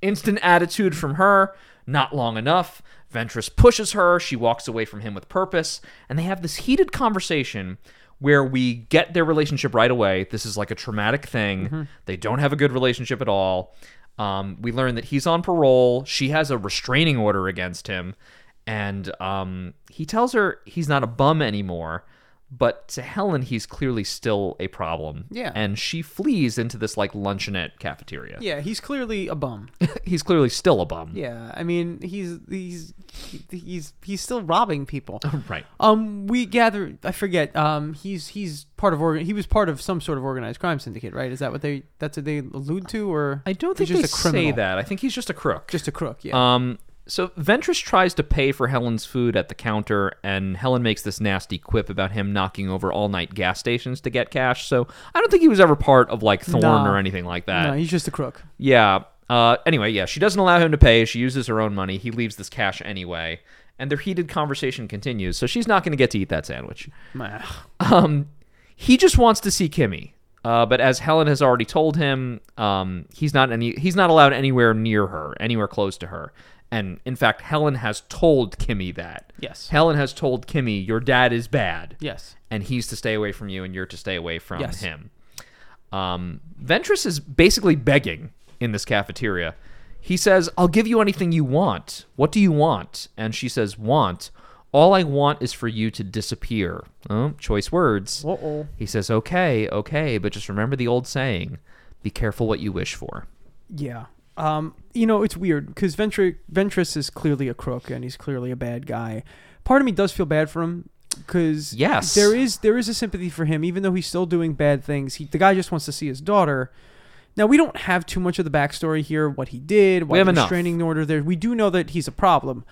Instant attitude from her, not long enough. Ventress pushes her. She walks away from him with purpose, and they have this heated conversation where we get their relationship right away. This is like a traumatic thing. They don't have a good relationship at all. Um, we learn that he's on parole. She has a restraining order against him and um, he tells her he's not a bum anymore but to helen he's clearly still a problem
Yeah.
and she flees into this like luncheonette cafeteria
Yeah, he's clearly a bum.
he's clearly still a bum
Yeah, I mean, he's he's he's he's still robbing people.
right
Um, we gather. I forget. Um, he's he's part of organ. He was part of some sort of organized crime syndicate, right? Is that what they that's what they allude to, or
i don't
he's
think they say that i think he's just a crook
Just a crook. Yeah.
um so ventress tries to pay for helen's food at the counter and helen makes this nasty quip about him knocking over all night gas stations to get cash so i don't think he was ever part of like thorn
No.
or anything like that
no, he's just a crook.
Yeah. Uh, anyway, yeah, she doesn't allow him to pay. She uses her own money. He leaves this cash anyway. And their heated conversation continues, so she's not going to get to eat that sandwich.
Meh.
Um, he just wants to see Kimmy. Uh, but as Helen has already told him, um, he's not any he's not allowed anywhere near her, anywhere close to her. And in fact, Helen has told Kimmy that.
Yes.
Helen has told Kimmy, your dad is bad
Yes.
and he's to stay away from you and you're to stay away from
Yes.
him. Um, Ventress is basically begging in this cafeteria. He says, I'll give you anything you want. What do you want? And she says, Want. All I want is for you to disappear. Oh, choice words.
Uh-oh.
He says, Okay, okay, but just remember the old saying be careful what you wish for.
Yeah. Um, you know, it's weird because Ventre- Ventress is clearly a crook and he's clearly a bad guy. Part of me does feel bad for him because
Yes.
there is there is a sympathy for him, even though he's still doing bad things. He, the guy just wants to see his daughter. Now we don't have too much of the backstory here, what he did, why
have
the
enough.
restraining order there. We do know that he's a problem,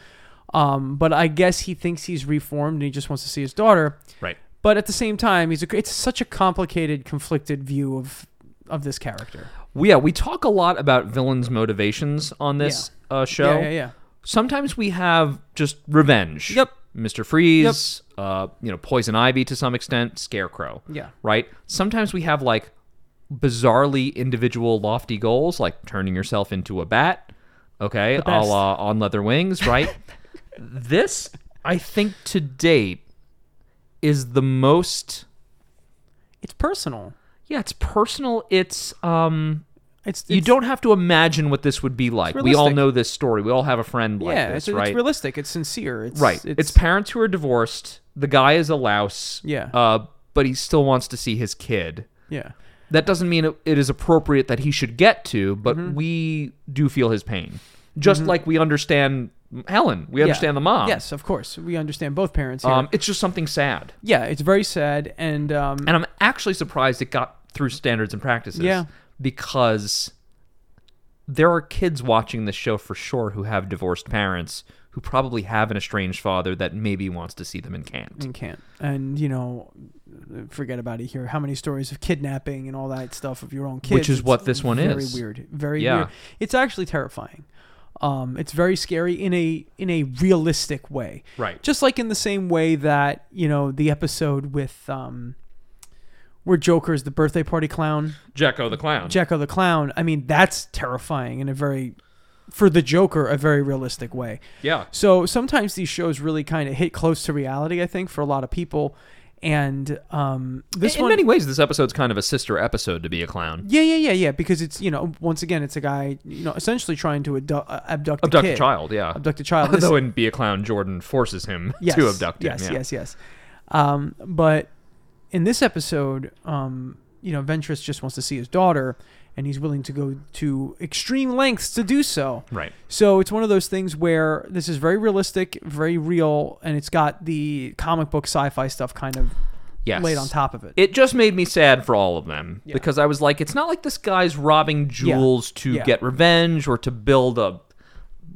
um, but I guess he thinks he's reformed and he just wants to see his daughter.
Right.
But at the same time, he's a, it's such a complicated, conflicted view of of this character.
Well, yeah, we talk a lot about villains' motivations on this uh, show.
yeah, yeah, yeah.
sometimes we have just revenge.
Yep.
Mr. Freeze, uh, you know, Poison Ivy to some extent, Scarecrow.
Yeah.
Right? Sometimes we have like bizarrely individual lofty goals, like turning yourself into a bat. Okay. A
best.
la on leather wings, right? This, I think, to date, is the most.
It's personal.
Yeah, it's personal. It's um,
It's,
you
it's-
don't have to imagine what this would be like. We all
realistic.
know this story. We all have a friend like
Yeah,
this,
it's,
right?
it's realistic. It's sincere. It's,
right. It's,
It's,
parents who are divorced. The guy is a louse.
Yeah.
Uh, but he still wants to see his kid.
yeah.
That doesn't mean it, it is appropriate that he should get to, but
Mm-hmm.
we do feel his pain, just like we understand Helen. We
Yeah.
understand the mom.
Yes, of course. We understand both parents here.
Um, it's just something sad.
yeah, it's very sad, and um,
And I'm actually surprised it got through standards and practices.
Yeah.
Because there are kids watching this show for sure who have divorced parents who probably have an estranged father that maybe wants to see them and can't.
and can't. And you know, forget about it here. How many stories of kidnapping and all that stuff of your own kids?
Which is
It's
what this one
very
is.
Weird. Very
Yeah.
weird. It's actually terrifying. Um, it's very scary in a in a realistic way.
Right.
Just like in the same way that you know the episode with um, where Joker is the birthday party clown.
Jacko the clown.
Jacko the Clown, I mean, that's terrifying in a very, for the Joker, a very realistic way.
yeah.
So sometimes these shows really kind of hit close to reality, I think, for a lot of people. And um, this
in
one,
many ways, this episode's kind of a sister episode to be a clown.
yeah, yeah, yeah, yeah, because it's you know, once again, it's a guy, you know, essentially trying to adu- uh, abduct a
Abduct
kid.
a child, yeah.
abduct a child. This-
Although in Be a Clown, Jordan forces him
yes,
to abduct him.
yes,
yeah.
Yes, yes, Um, but in this episode, um, you know, Ventress just wants to see his daughter, and he's willing to go to extreme lengths to do so.
Right.
So it's one of those things where this is very realistic, very real, and it's got the comic book sci-fi stuff kind of
Yes.
laid on top of it.
it just made me sad for all of them because I was like, it's not like this guy's robbing jewels to
Yeah.
get revenge or to build a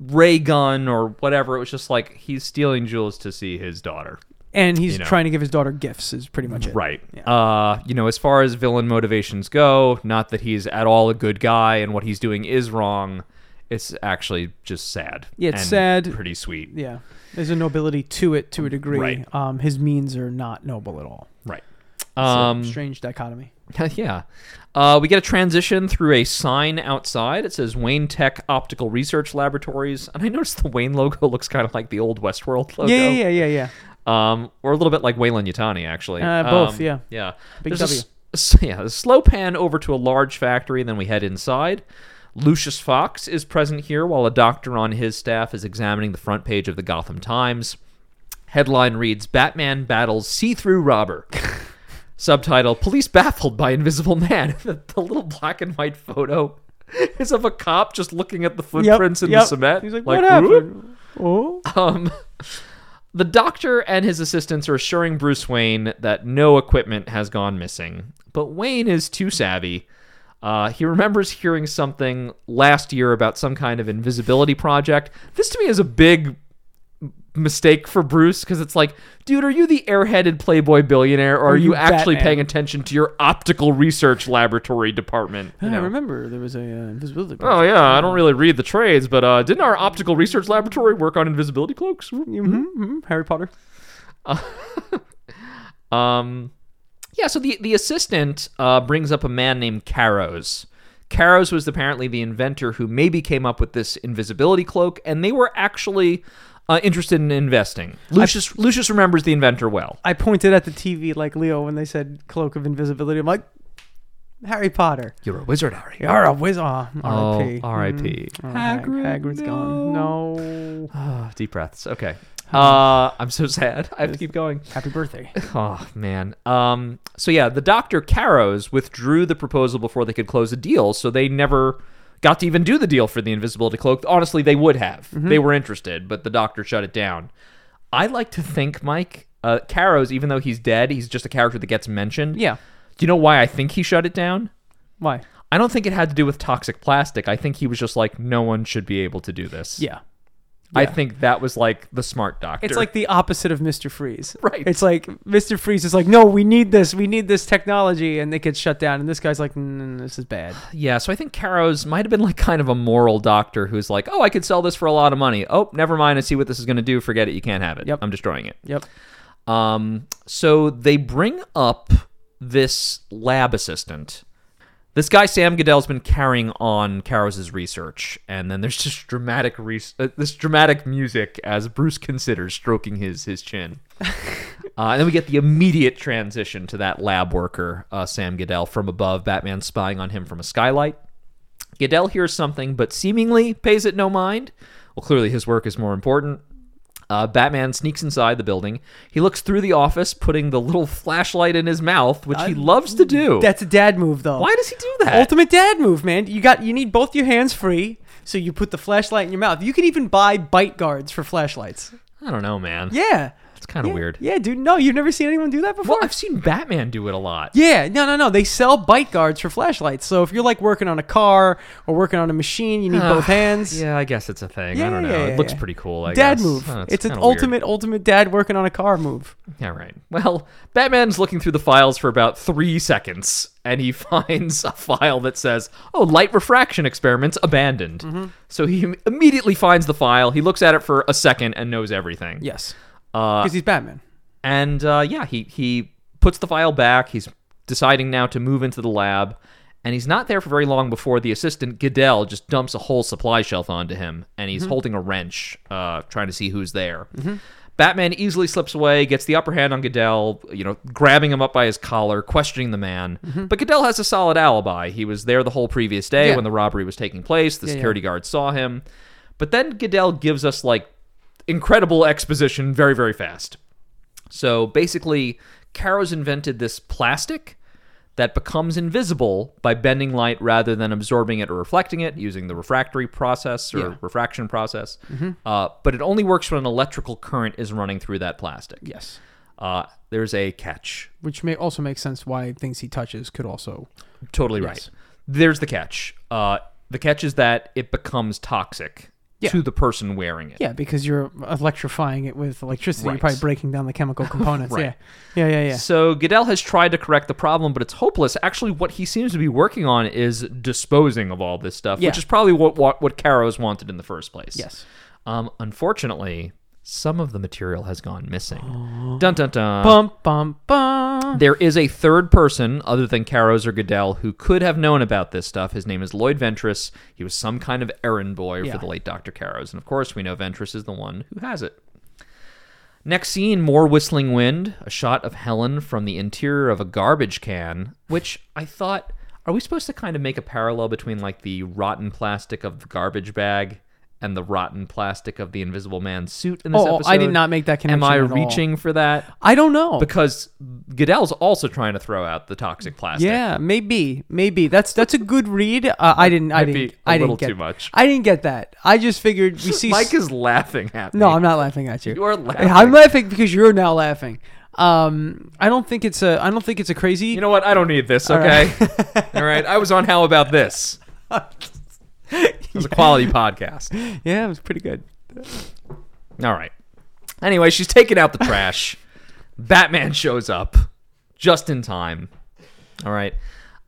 ray gun or whatever. It was just like he's stealing jewels to see his daughter.
and he's
know.
trying to give his daughter gifts is pretty much it.
Right. Uh, you know, as far as villain motivations go, not that he's at all a good guy and what he's doing is wrong. It's actually just sad.
Yeah, it's
and
sad.
Pretty sweet.
Yeah. There's a nobility to it to a degree.
Right.
Um, his means are not noble at all.
Right.
It's a
Um,
strange dichotomy.
yeah. Uh, we get a transition through a sign outside. It says Wayne Tech Optical Research Laboratories. And I noticed the Wayne logo looks kind of like the old Westworld logo.
Yeah, yeah, yeah, yeah.
Um, or a little bit like Wayland Yutani, actually. Um,
Uh, both, yeah.
Yeah.
Big
There's a
W.
s- s- yeah, a slow pan over to a large factory, then we head inside. Lucius Fox is present here while a doctor on his staff is examining the front page of the Gotham Times. Headline reads Batman battles see through robber. Subtitle Police baffled by invisible man. the, the little black and white photo is of a cop just looking at the footprints in the
yep.
cement.
He's like,
"Whoop."
what happened? Oh,
Um, the doctor and his assistants are assuring Bruce Wayne that no equipment has gone missing, but Wayne is too savvy. Uh, he remembers hearing something last year about some kind of invisibility project. This to me is a big m- mistake for Bruce because it's like, dude, are you the airheaded Playboy billionaire or are you,
you
actually
Batman?
paying attention to your optical research laboratory department? You
I
know?
remember there was a uh, invisibility.
Oh yeah, I don't really read the trades, but uh, didn't our optical research laboratory work on invisibility cloaks? Mm-hmm.
hmm Harry Potter.
Um, yeah, so the, the assistant uh, brings up a man named Caros. Caros was apparently the inventor who maybe came up with this invisibility cloak, and they were actually uh, interested in investing. Lucius, Lucius remembers the inventor well.
I pointed at the TV like Leo when they said cloak of invisibility. I'm like, Harry Potter.
You're a wizard, Harry.
You're a wizard. Oh,
Oh,
R.I.P.
R.I.P.
Oh, Hag- Hagrid's gone. No.
Ah, deep breaths. Okay. Uh, I'm so sad. I have to keep going.
Happy birthday.
Oh man. Um. So yeah, the doctor Caros withdrew the proposal before they could close a deal, so they never got to even do the deal for the invisibility cloak. Honestly, they would have.
Mm-hmm.
They were interested, but the doctor shut it down. I like to think, Mike, uh, Caros, even though he's dead, he's just a character that gets mentioned.
Yeah.
Do you know why I think he shut it down?
Why?
I don't think it had to do with toxic plastic. I think he was just like, no one should be able to do this.
Yeah.
I think that was like the smart doctor.
It's like the opposite of Mr. Freeze.
Right.
It's like Mr. Freeze is like, no, we need this. We need this technology. And they get shut down. And this guy's like, mm, this is bad.
Yeah, so I think Caros might have been like kind of a moral doctor who's like, "Oh, I could sell this for a lot of money. Oh, never mind. I see what this is going to do. Forget it. You can't have it.
Yep.
I'm destroying it."
Yep.
Um, so they bring up this lab assistant. This guy Sam Goodell's been carrying on Karras' research, and then there's just dramatic re- uh, this dramatic music as Bruce considers stroking his his chin. uh, and then we get the immediate transition to that lab worker uh, Sam Goodell from above, Batman spying on him from a skylight. Goodell hears something, but seemingly pays it no mind. Well, clearly his work is more important. Uh, Batman sneaks inside the building. He looks through the office, putting the little flashlight in his mouth, which he loves to do.
That's a dad move, though.
Why does he do that?
Ultimate dad move, man. You got you need both your hands free, so you put the flashlight in your mouth. You can even buy bite guards for flashlights.
I don't know, man.
Yeah,
It's kind of
Yeah.
weird.
Yeah, dude. No, you've never seen anyone do that before.
Well, I've seen Batman do it a lot.
Yeah, no, no, no. They sell bite guards for flashlights. So if you're like working on a car or working on a machine, you need both hands.
Yeah, I guess it's a thing. I
Yeah,
don't know.
yeah, yeah,
it looks
yeah.
pretty cool. I
Dad
guess.
move.
Oh,
it's an
kinda weird.
ultimate, ultimate dad working on a car move.
All right. Well, Batman's looking through the files for about three seconds, and he finds a file that says, "Oh, light refraction experiments abandoned."
Mm-hmm.
So he im- immediately finds the file. He looks at it for a second and knows everything.
Yes,
Uh,
because he's Batman.
and uh, yeah, he he puts the file back. He's deciding now to move into the lab, and he's not there for very long before the assistant Goodell just dumps a whole supply shelf onto him, and
Mm-hmm.
he's holding a wrench, uh, trying to see who's there. Batman easily slips away, gets the upper hand on Goodell, you know, grabbing him up by his collar, questioning the man. But Goodell has a solid alibi. He was there the whole previous day
Mm-hmm. Yeah.
when the robbery was taking place. The
yeah.
security guard saw him. But then Goodell gives us like incredible exposition very, very fast. So basically, Caro's invented this plastic that becomes invisible by bending light rather than absorbing it or reflecting it using the refractory process or
Yeah. Mm-hmm.
refraction process. Uh, but it only works when an electrical current is running through that plastic.
Yes,
Uh, there's a catch.
which may also make sense why things he touches could also.
Totally right. There's the catch. Uh, the catch is that it becomes toxic
Yeah.
to the person wearing it.
Yeah, because you're electrifying it with electricity.
Right.
You're probably breaking down the chemical components.
Right.
Yeah, yeah, yeah, yeah.
So Goodell has tried to correct the problem, but it's hopeless. Actually, what he seems to be working on is disposing of all this stuff,
Yeah.
which is probably what what, what Caro's wanted in the first place.
Yes.
Um, unfortunately, some of the material has gone missing. dun dun dun.
Bum bum bum.
There is a third person other than Caros or Goodell who could have known about this stuff. His name is Lloyd Ventress. He was some kind of errand boy
Yeah.
for the late Dr. Caros. And of course, we know Ventress is the one who has it. Next scene more whistling wind, a shot of Helen from the interior of a garbage can, which I thought, are we supposed to kind of make a parallel between like the rotten plastic of the garbage bag? And the rotten plastic of the Invisible Man's suit in this
Oh,
episode.
I did not make that
Am I
connection at all.
reaching for that?
I don't know.
because Goodell's also trying to throw out the toxic plastic.
Yeah, maybe, maybe that's that's a good read. Uh, I didn't, I
Might be
didn't,
a
I didn't
little
get
too much.
I didn't get that. I just figured we see.
Mike is laughing at me.
no, I'm not laughing at you.
You are laughing.
I'm laughing because you're now laughing. Um, I don't think it's a. I don't think it's a crazy.
You know what? I don't need this. Okay.
right.
All right. I was on How About This. It was a quality podcast.
yeah, it was pretty good.
All right. Anyway, she's taking out the trash. Batman shows up just in time. All right.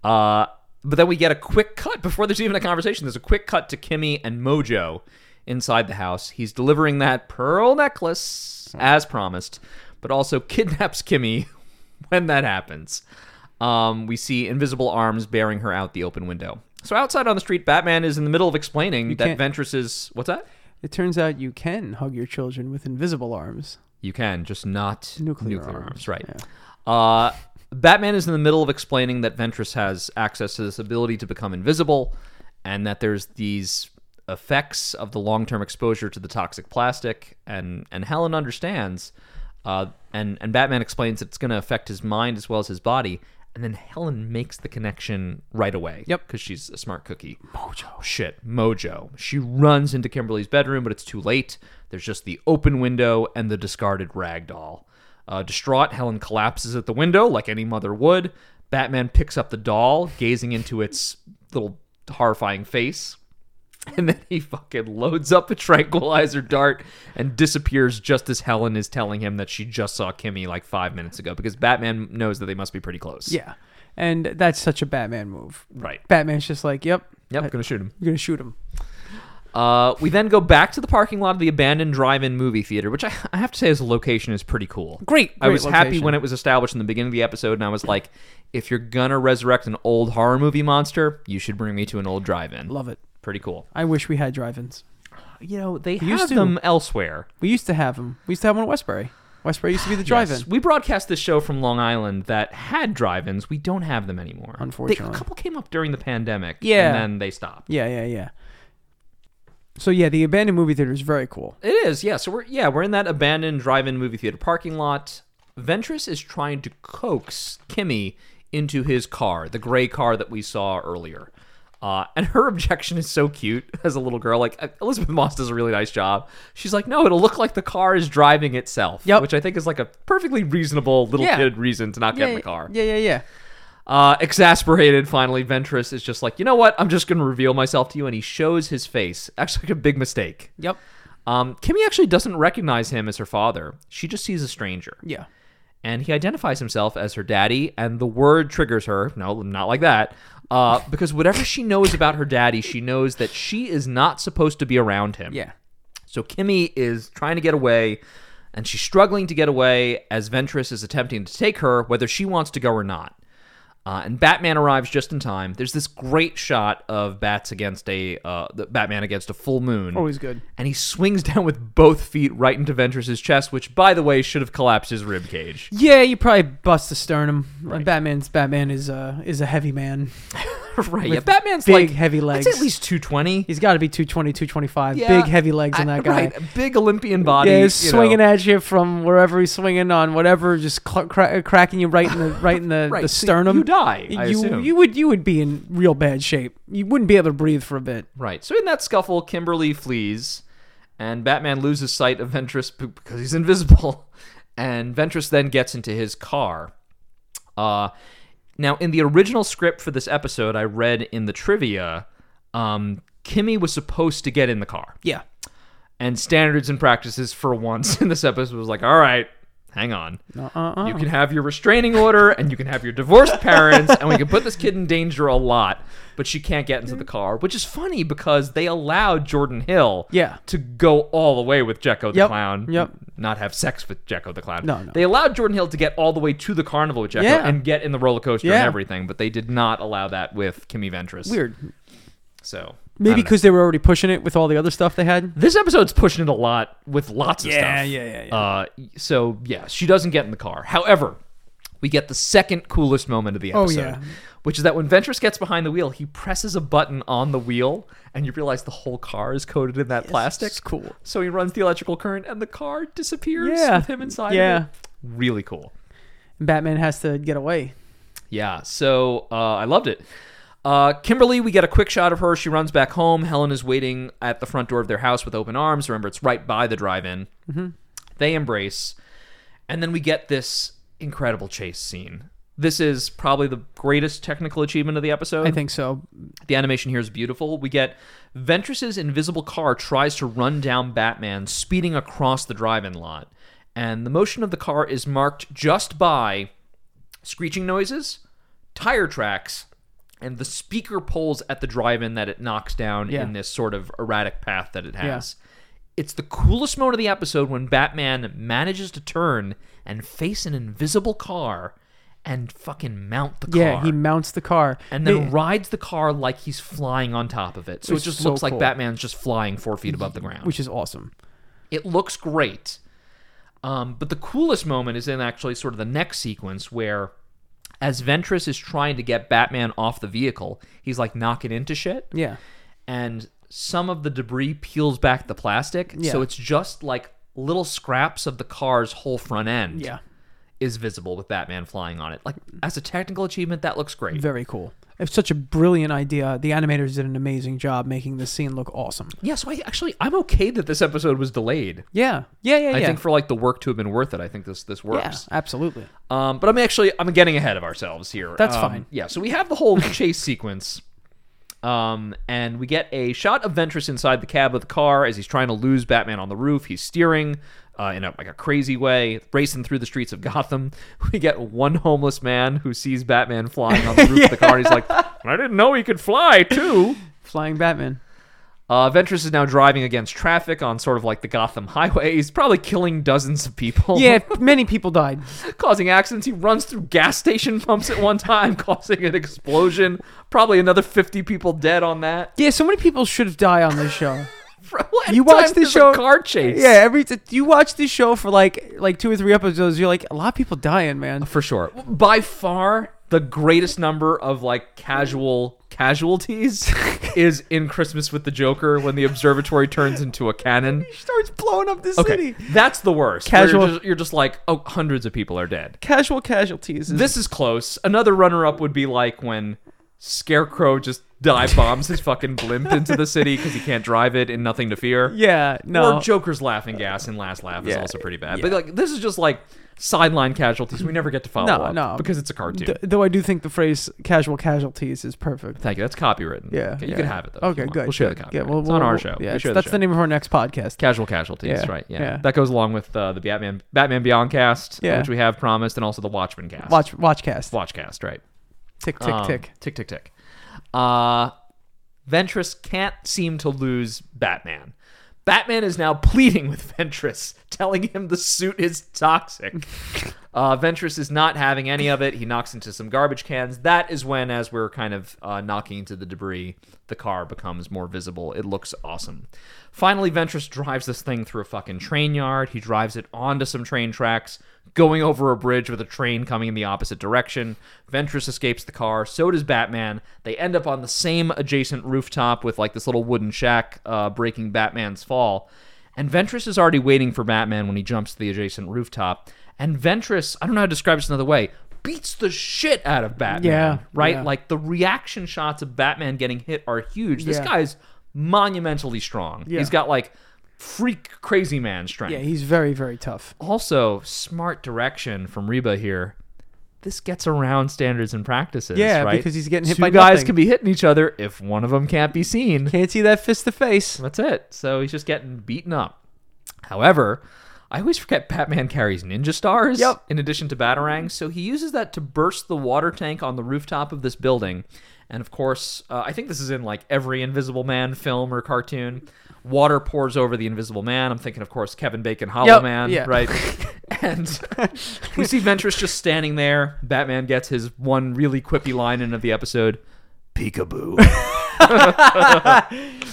Uh, but then we get a quick cut before there's even a conversation. There's a quick cut to Kimmy and Mojo inside the house. He's delivering that pearl necklace as promised, but also kidnaps Kimmy when that happens. Um, we see invisible arms bearing her out the open window. So outside on the street, Batman is in the middle of explaining that
can't-
Ventress is what's that?
It turns out you can hug your children with invisible arms.
You can, just not nuclear,
Nuclear
arms.
arms,
Right. Uh, Batman is in the middle of explaining that Ventress has access to this ability to become invisible and that there's these effects of the long term exposure to the toxic plastic. And, and Helen understands. Uh, and, and Batman explains that it's going to affect his mind as well as his body. And then Helen makes the connection right away.
Yep.
Because she's a smart cookie. Mojo. Oh, Shit. Mojo. She runs into Kimberly's bedroom, but it's too late. There's just the open window and the discarded rag doll. Uh, distraught, Helen collapses at the window like any mother would. Batman picks up the doll, gazing into its little horrifying face. And then he fucking loads up a tranquilizer dart and disappears just as Helen is telling him that she just saw Kimmy like five minutes ago because Batman knows that they must be pretty close.
Yeah, and that's such a Batman move.
Right.
Batman's just like, yep,
Yep. Gonna shoot him.
you're gonna shoot him.
Uh, we then go back to the parking lot of the abandoned drive-in movie theater, which I, I have to say, as a location, is pretty cool.
Great,
I
great
was happy
location.
when it was established in the beginning of the episode, and I was like, if you're gonna resurrect an old horror movie monster, you should bring me to an old drive-in.
Love it.
Pretty cool.
I wish we had drive-ins.
You know, they have
We used to.
them elsewhere.
We used to have them. We used to have one at Westbury. Westbury used to be the drive-in.
Yes. We broadcast this show from Long Island that had drive-ins. We don't have them anymore. They- a
Unfortunately.
couple came up during the pandemic.
Yeah.
and then they stopped.
Yeah, yeah, yeah. So yeah, the abandoned movie theater is very cool.
It is, yeah. So we're yeah we're in that abandoned drive-in movie theater parking lot. Ventress is trying to coax Kimmy into his car, the gray car that we saw earlier. Uh, and her objection is so cute as a little girl. Like uh, Elizabeth Moss does a really nice job. She's like, "No, it'll look like the car is driving itself,"
Yep.
which I think is like a perfectly reasonable little
Yeah.
kid reason to not get in the car.
Yeah, yeah, yeah.
Uh, exasperated, finally, Ventress is just like, "You know what? I'm just going to reveal myself to you," and he shows his face. Actually, a big mistake.
Yep.
Um, Kimmy actually doesn't recognize him as her father. She just sees a stranger.
Yeah.
And he identifies himself as her daddy, and the word triggers her. No, not like that. Uh, because whatever she knows about her daddy, she knows that she is not supposed to be around him.
Yeah.
So Kimmy is trying to get away, and she's struggling to get away as Ventress is attempting to take her, whether she wants to go or not. Uh, and Batman arrives just in time. There's this great shot of bats against a uh, the Batman against a full moon.
Always good.
And he swings down with both feet right into Ventress's chest, which, by the way, should have collapsed his rib cage.
Yeah, you probably bust the sternum. Batman's Batman is uh is a heavy man.
right? yeah,
With
Batman's
big,
like
heavy
I'd say
legs.
at least two twenty.
He's got to be 220, 225.
Yeah,
Big heavy legs on that guy.
Right, big Olympian body.
Yeah, he's
you
swinging
know.
at you from wherever he's swinging on whatever, just cl- cra- cracking you right in the right in the,
Right,
the
so
sternum.
you die, I
you
assume.
you would you would be in real bad shape. You wouldn't be able to breathe for a bit.
Right. So in that scuffle, Kimberly flees, and Batman loses sight of Ventress b- because he's invisible, and Ventress then gets into his car. Uh, now, in the original script for this episode, I read in the trivia, um, Kimmy was supposed to get in the car,
Yeah.
and standards and practices for once in this episode was like, all right, hang on.
Uh-uh.
You can have your restraining order and you can have your divorced parents, and we can put this kid in danger a lot, but she can't get into the car, which is funny because they allowed Jordan Hill
Yeah.
to go all the way with Jekko the
Yep,
Clown.
yep.
Not have sex with Jekko the Clown.
No, no.
They allowed Jordan Hill to get all the way to the carnival with Jekko
Yeah.
and get in the roller coaster
Yeah.
and everything, but they did not allow that with Kimmy Ventress.
Weird.
So. I
Maybe
don't know.
because they were already pushing it with all the other stuff they had.
This episode's pushing it a lot with lots of
Yeah,
stuff.
yeah, yeah, yeah.
Uh, so yeah, she doesn't get in the car. However, we get the second coolest moment of the
Oh,
episode,
yeah.
which is that when Ventress gets behind the wheel, he presses a button on the wheel, and you realize the whole car is coated in that plastic.
it's cool.
So he runs the electrical current, and the car disappears
Yeah.
with him inside. of
Yeah.
it. really cool.
Batman has to get away.
Yeah, so uh, I loved it. Uh, Kimberly, we get a quick shot of her. She runs back home. Helen is waiting at the front door of their house with open arms. Remember, it's right by the drive in. Mm-hmm. They embrace. And then we get this incredible chase scene. This is probably the greatest technical achievement of the episode.
I think so.
The animation here is beautiful. We get Ventress's invisible car tries to run down Batman, speeding across the drive-in lot, and the motion of the car is marked just by screeching noises, tire tracks, and the speaker poles at the drive-in that it knocks down
Yeah.
in this sort of erratic path that it has. It's the coolest moment of the episode when Batman manages to turn and face an invisible car and fucking mount the car
Yeah, he mounts the car.
and then
They-
rides the car like he's flying on top of it. So it
It's
just
so
looks like
cool.
Batman's just flying four feet above the ground.
which is awesome.
it looks great. Um, but the coolest moment is in actually sort of the next sequence where, as Ventress is trying to get Batman off the vehicle, he's like knocking into shit
Yeah.
and some of the debris peels back the plastic.
Yeah.
So it's just like little scraps of the car's whole front end
Yeah.
is visible with Batman flying on it. Like, as a technical achievement, that looks great.
Very cool. It's such a brilliant idea. The animators did an amazing job making this scene look awesome.
Yeah, so I actually I'm okay that this episode was delayed.
Yeah. Yeah, yeah, yeah.
I think for like the work to have been worth it, I think this this
yeah,
works.
absolutely.
Um, but I'm actually I'm getting ahead of ourselves here.
That's
Um,
fine.
Yeah, so we have the whole chase sequence. Um, and we get a shot of Ventress inside the cab of the car as he's trying to lose Batman on the roof. He's steering uh, in a, like a crazy way, racing through the streets of Gotham. We get one homeless man who sees Batman flying on the roof of the car. And he's like, "I didn't know he could fly too."
Flying Batman.
Uh, Ventress is now driving against traffic on sort of like the Gotham highway. He's probably killing dozens of people.
Yeah, many people died.
causing accidents. He runs through gas station pumps at one time, causing an explosion. Probably another 50 people dead on that.
Yeah, so many people should have died on this show.
Bro, at
You watch
times
this
there's a
show-
car chase.
yeah, every t- you watch this show for like like two or three episodes, you're like a lot of people dying, man.
for sure. By far, the greatest number of like casual casualties is in Christmas with the Joker when the observatory turns into a cannon.
He starts blowing up the
Okay,
city.
that's the worst. where
Casual-
You're just, you're just like, oh, hundreds of people are dead.
Casual casualties. Is,
This is close. Another runner up would be like when Scarecrow just dive bombs his fucking blimp into the city because he can't drive it and nothing to fear.
yeah, no.
Or Joker's laughing gas and last laugh is
Yeah.
also pretty bad.
Yeah.
But like this is just like sideline casualties we never get to follow
No,
up
no.
because it's a cartoon.
Th- though I do think the phrase "casual casualties" is perfect.
Thank you. That's copywritten.
Yeah,
Okay, you
yeah.
can have it though. if you
Okay,
want.
good.
We'll share
good.
the copyright.
Yeah, well,
it's on
we'll-
our show.
Yeah,
we share
that's
the, show.
the name of our next podcast.
Casual casualties,
Yeah,
right? Yeah.
yeah.
that goes along with uh, the Batman Batman Beyond cast,
Yeah.
which we have promised, and also the Watchmen cast.
Watch, watchcast.
Watch cast, right?
Tick, tick,
Um,
tick.
Tick, tick, tick. Uh, Ventress can't seem to lose Batman. Batman is now pleading with Ventress, telling him the suit is toxic. Uh, Ventress is not having any of it. He knocks into some garbage cans. That is when, as we're kind of uh, knocking into the debris, the car becomes more visible. It looks awesome. Finally, Ventress drives this thing through a fucking train yard. He drives it onto some train tracks, going over a bridge with a train coming in the opposite direction. Ventress escapes the car. So does Batman. They end up on the same adjacent rooftop with like this little wooden shack uh, breaking Batman's fall. And Ventress is already waiting for Batman when he jumps to the adjacent rooftop. And Ventress, I don't know how to describe this another way, beats the shit out of Batman.
Yeah,
Right?
yeah.
Like the reaction shots of Batman getting hit are huge. This
Yeah.
guy's monumentally strong.
Yeah.
He's got like freak crazy man strength.
Yeah, he's very, very tough.
also, smart direction from Reba here. This gets around standards and practices.
Yeah,
right?
because he's getting hit
Two
by
guys
nothing.
can be hitting each other if one of them can't be seen.
Can't see that fist to face.
That's it. So he's just getting beaten up. However, I always forget Batman carries ninja stars
Yep.
in addition to batarangs. So he uses that to burst the water tank on the rooftop of this building. And of course, uh, I think this is in like every Invisible Man film or cartoon. Water pours over the Invisible Man. I'm thinking, of course, Kevin Bacon Hollow
Yep,
Man,
yeah.
right? and we see Ventress just standing there. Batman gets his one really quippy line in of the episode. Peekaboo.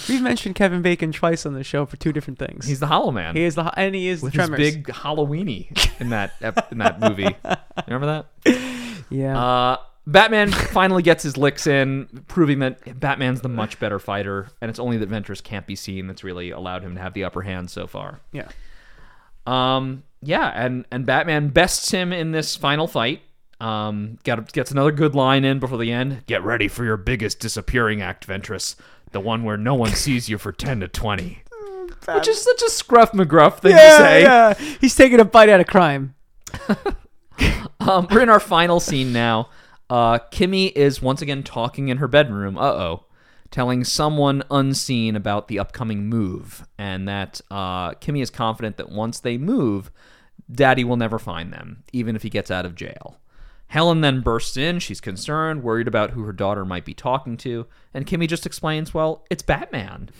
We've mentioned Kevin Bacon twice on the show for two different things.
He's the Hollow Man.
he is the and he is
with
the Tremors.
his big Halloweeny in that ep- in that movie. Remember that?
yeah.
Uh, Batman finally gets his licks in, proving that Batman's the much better fighter, and it's only that Ventress can't be seen that's really allowed him to have the upper hand so far.
yeah.
Um, yeah, and and Batman bests him in this final fight. Um, got gets another good line in before the end. Get ready for your biggest disappearing act, Ventress. The one where no one sees you for ten to twenty. Which is such a scruff McGruff thing to
Yeah,
say.
yeah. He's taking a bite out of crime.
Um, we're in our final scene now. Uh, Kimmy is once again talking in her bedroom. Uh oh. Telling someone unseen about the upcoming move, and that uh, Kimmy is confident that once they move, Daddy will never find them, even if he gets out of jail. Helen then bursts in. She's concerned, worried about who her daughter might be talking to, and Kimmy just explains, "Well, it's Batman."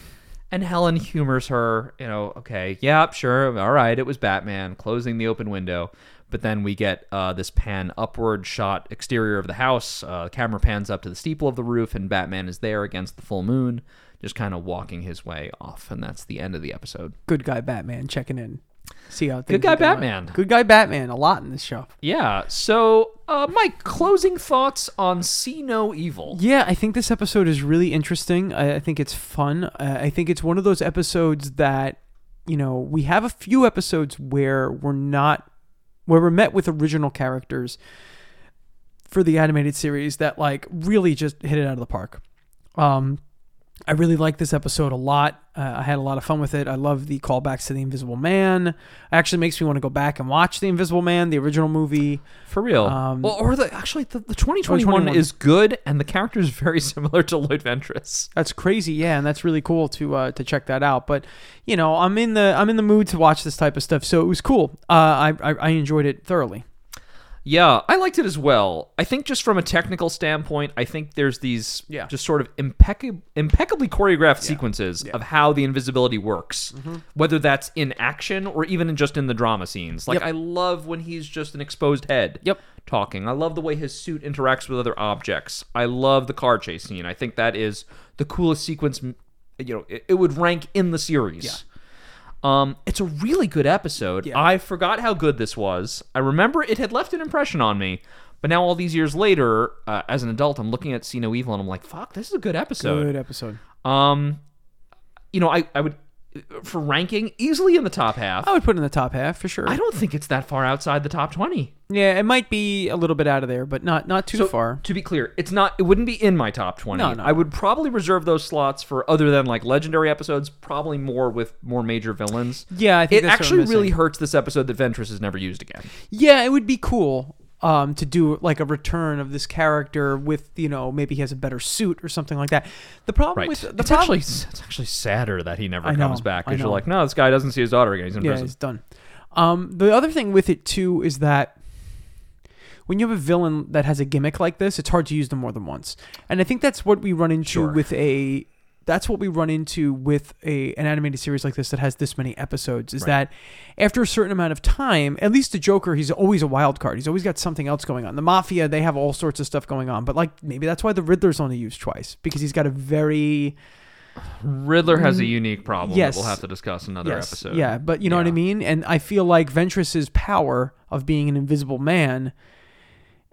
And Helen humors her, you know, okay, yep, sure, all right, it was Batman closing the open window. But then we get uh, this pan upward shot exterior of the house. Uh, camera pans up to the steeple of the roof, and Batman is there against the full moon, just kind of walking his way off. And that's the end of the episode.
Good guy Batman checking in. See how things
Good guy
are going.
Batman.
Good guy Batman. A lot in this show.
Yeah, so uh, my closing thoughts on See No Evil.
Yeah, I think this episode is really interesting. I, I think it's fun. Uh, I think it's one of those episodes that, you know, we have a few episodes where we're not, where we're met with original characters for the animated series that, like, really just hit it out of the park. Um, I really like this episode a lot. Uh, I had a lot of fun with it. I love the callbacks to The Invisible Man. Actually, makes me want to go back and watch The Invisible Man, the original movie.
For real.
Um,
well, or the actually the, the 2021,
2021.
is good and the character is very similar to Lloyd Ventress.
That's crazy, yeah, and that's really cool to uh, to check that out. But you know, I'm in the I'm in the mood to watch this type of stuff, so it was cool. Uh, I, I I enjoyed it thoroughly.
Yeah, I liked it as well. I think just from a technical standpoint, I think there's these
Yeah.
just sort of impecca- impeccably choreographed sequences of how the invisibility works,
Mm-hmm.
whether that's in action or even in just in the drama scenes. Like
Yep.
I love when he's just an exposed head
Yep.
talking. I love the way his suit interacts with other objects. I love the car chase scene. I think that is the coolest sequence, m- you know, it, it would rank in the series. Um, it's a really good episode.
Yeah.
I forgot how good this was. I remember it had left an impression on me, but now all these years later, uh, as an adult, I'm looking at See No Evil and I'm like, "Fuck, this is a good episode."
Good episode.
Um, you know, I I would for ranking easily in the top half.
I would put it in the top half for sure.
I don't think it's that far outside the top twenty.
yeah, it might be a little bit out of there, but not not too
So,
far.
To be clear, it's not. It wouldn't be in my top twenty.
No, no.
I would probably reserve those slots for other than like legendary episodes. Probably more with more major villains.
Yeah, I think
It
that's what I'm
actually
missing.
really hurts this episode that Ventress is never used again.
Yeah, it would be cool um, to do like a return of this character with you know maybe he has a better suit or something like that. The problem
Right.
with the
it's actually
problem,
it's actually sadder that he never
I know,
comes back
I
because you're
know.
like, no, this guy doesn't see his daughter again. He's in
yeah,
prison.
it's done. Um, the other thing with it too is that when you have a villain that has a gimmick like this, it's hard to use them more than once. And I think that's what we run into
Sure.
with a that's what we run into with a an animated series like this that has this many episodes is that after a certain amount of time, at least the Joker, he's always a wild card. He's always got something else going on. The Mafia, they have all sorts of stuff going on, but like maybe that's why the Riddler's only used twice because he's got a very
Riddler has a unique problem
Mm, yes.
that we'll have to discuss another
Yes,
episode.
Yeah, but you know what I
Yeah.
mean? And I feel like Ventress's power of being an invisible man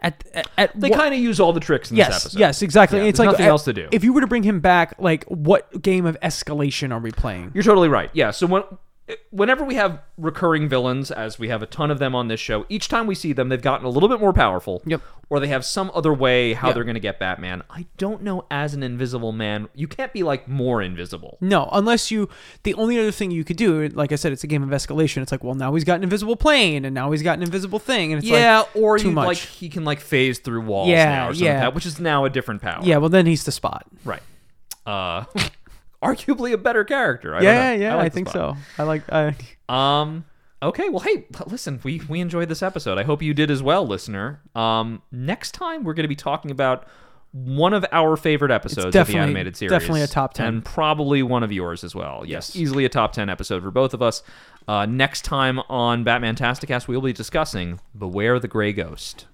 at at, at
They
what-
kind of use all the tricks in this
Yes,
episode.
yes, exactly.
Yeah,
And it's
there's
like
nothing
uh,
else to do.
If you were to bring him back, like what game of escalation are we playing?
You're totally right. Yeah. So when eh, whenever we have recurring villains, as we have a ton of them on this show, each time we see them, they've gotten a little bit more powerful.
Yep.
Or they have some other way how
Yeah.
they're going to get Batman. I don't know. As an invisible man, you can't be like more invisible.
No, unless you. The only other thing you could do, like I said, it's a game of escalation. It's like, well, now he's got an invisible plane, and now he's got an invisible thing, and it's
yeah,
like,
or
too
you
much.
like he can like phase through walls
Yeah,
now or something like
yeah.
that, which is now a different power.
yeah. Well, then he's the spot.
Right. Uh arguably a better character. I don't
yeah,
know.
yeah. I,
like the
think
spot.
so. I like. I,
Um okay, well hey, but listen, we we enjoyed this episode. I hope you did as well, listener. Um next time we're going to be talking about one of our favorite episodes of the
definitely-
animated series.
definitely a top 10.
And probably one of yours as well. Yes,
Yes.
easily a top 10 episode for both of us. Uh, next time on Batman Tasticast, we'll be discussing Beware the Grey Ghost.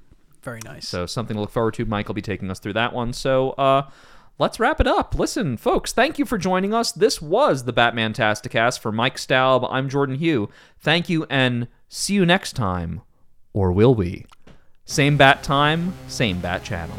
very nice.
So something to look forward to. Mike will be taking us through that one. So uh, let's wrap it up. Listen, folks, thank you for joining us. This was the Batman Tasticast for Mike Staub. I'm Jordan Hugh. Thank you, and see you next time, or will we? Same bat time, same bat channel.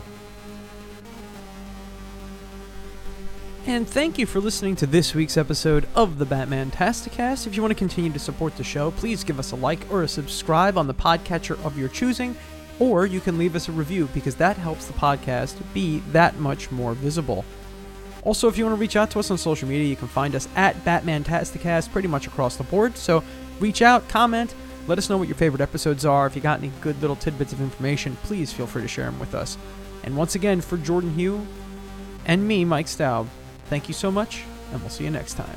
And thank you for listening to this week's episode of the Batman Tasticast. If you want to continue to support the show, please give us a like or a subscribe on the podcatcher of your choosing, or you can leave us a review because that helps the podcast be that much more visible. Also, if you want to reach out to us on social media, you can find us at BatmanTasticast pretty much across the board. So reach out, comment, let us know what your favorite episodes are. If you got any good little tidbits of information, please feel free to share them with us. And once again, for Jordan Hugh and me, Mike Staub, thank you so much, and we'll see you next time.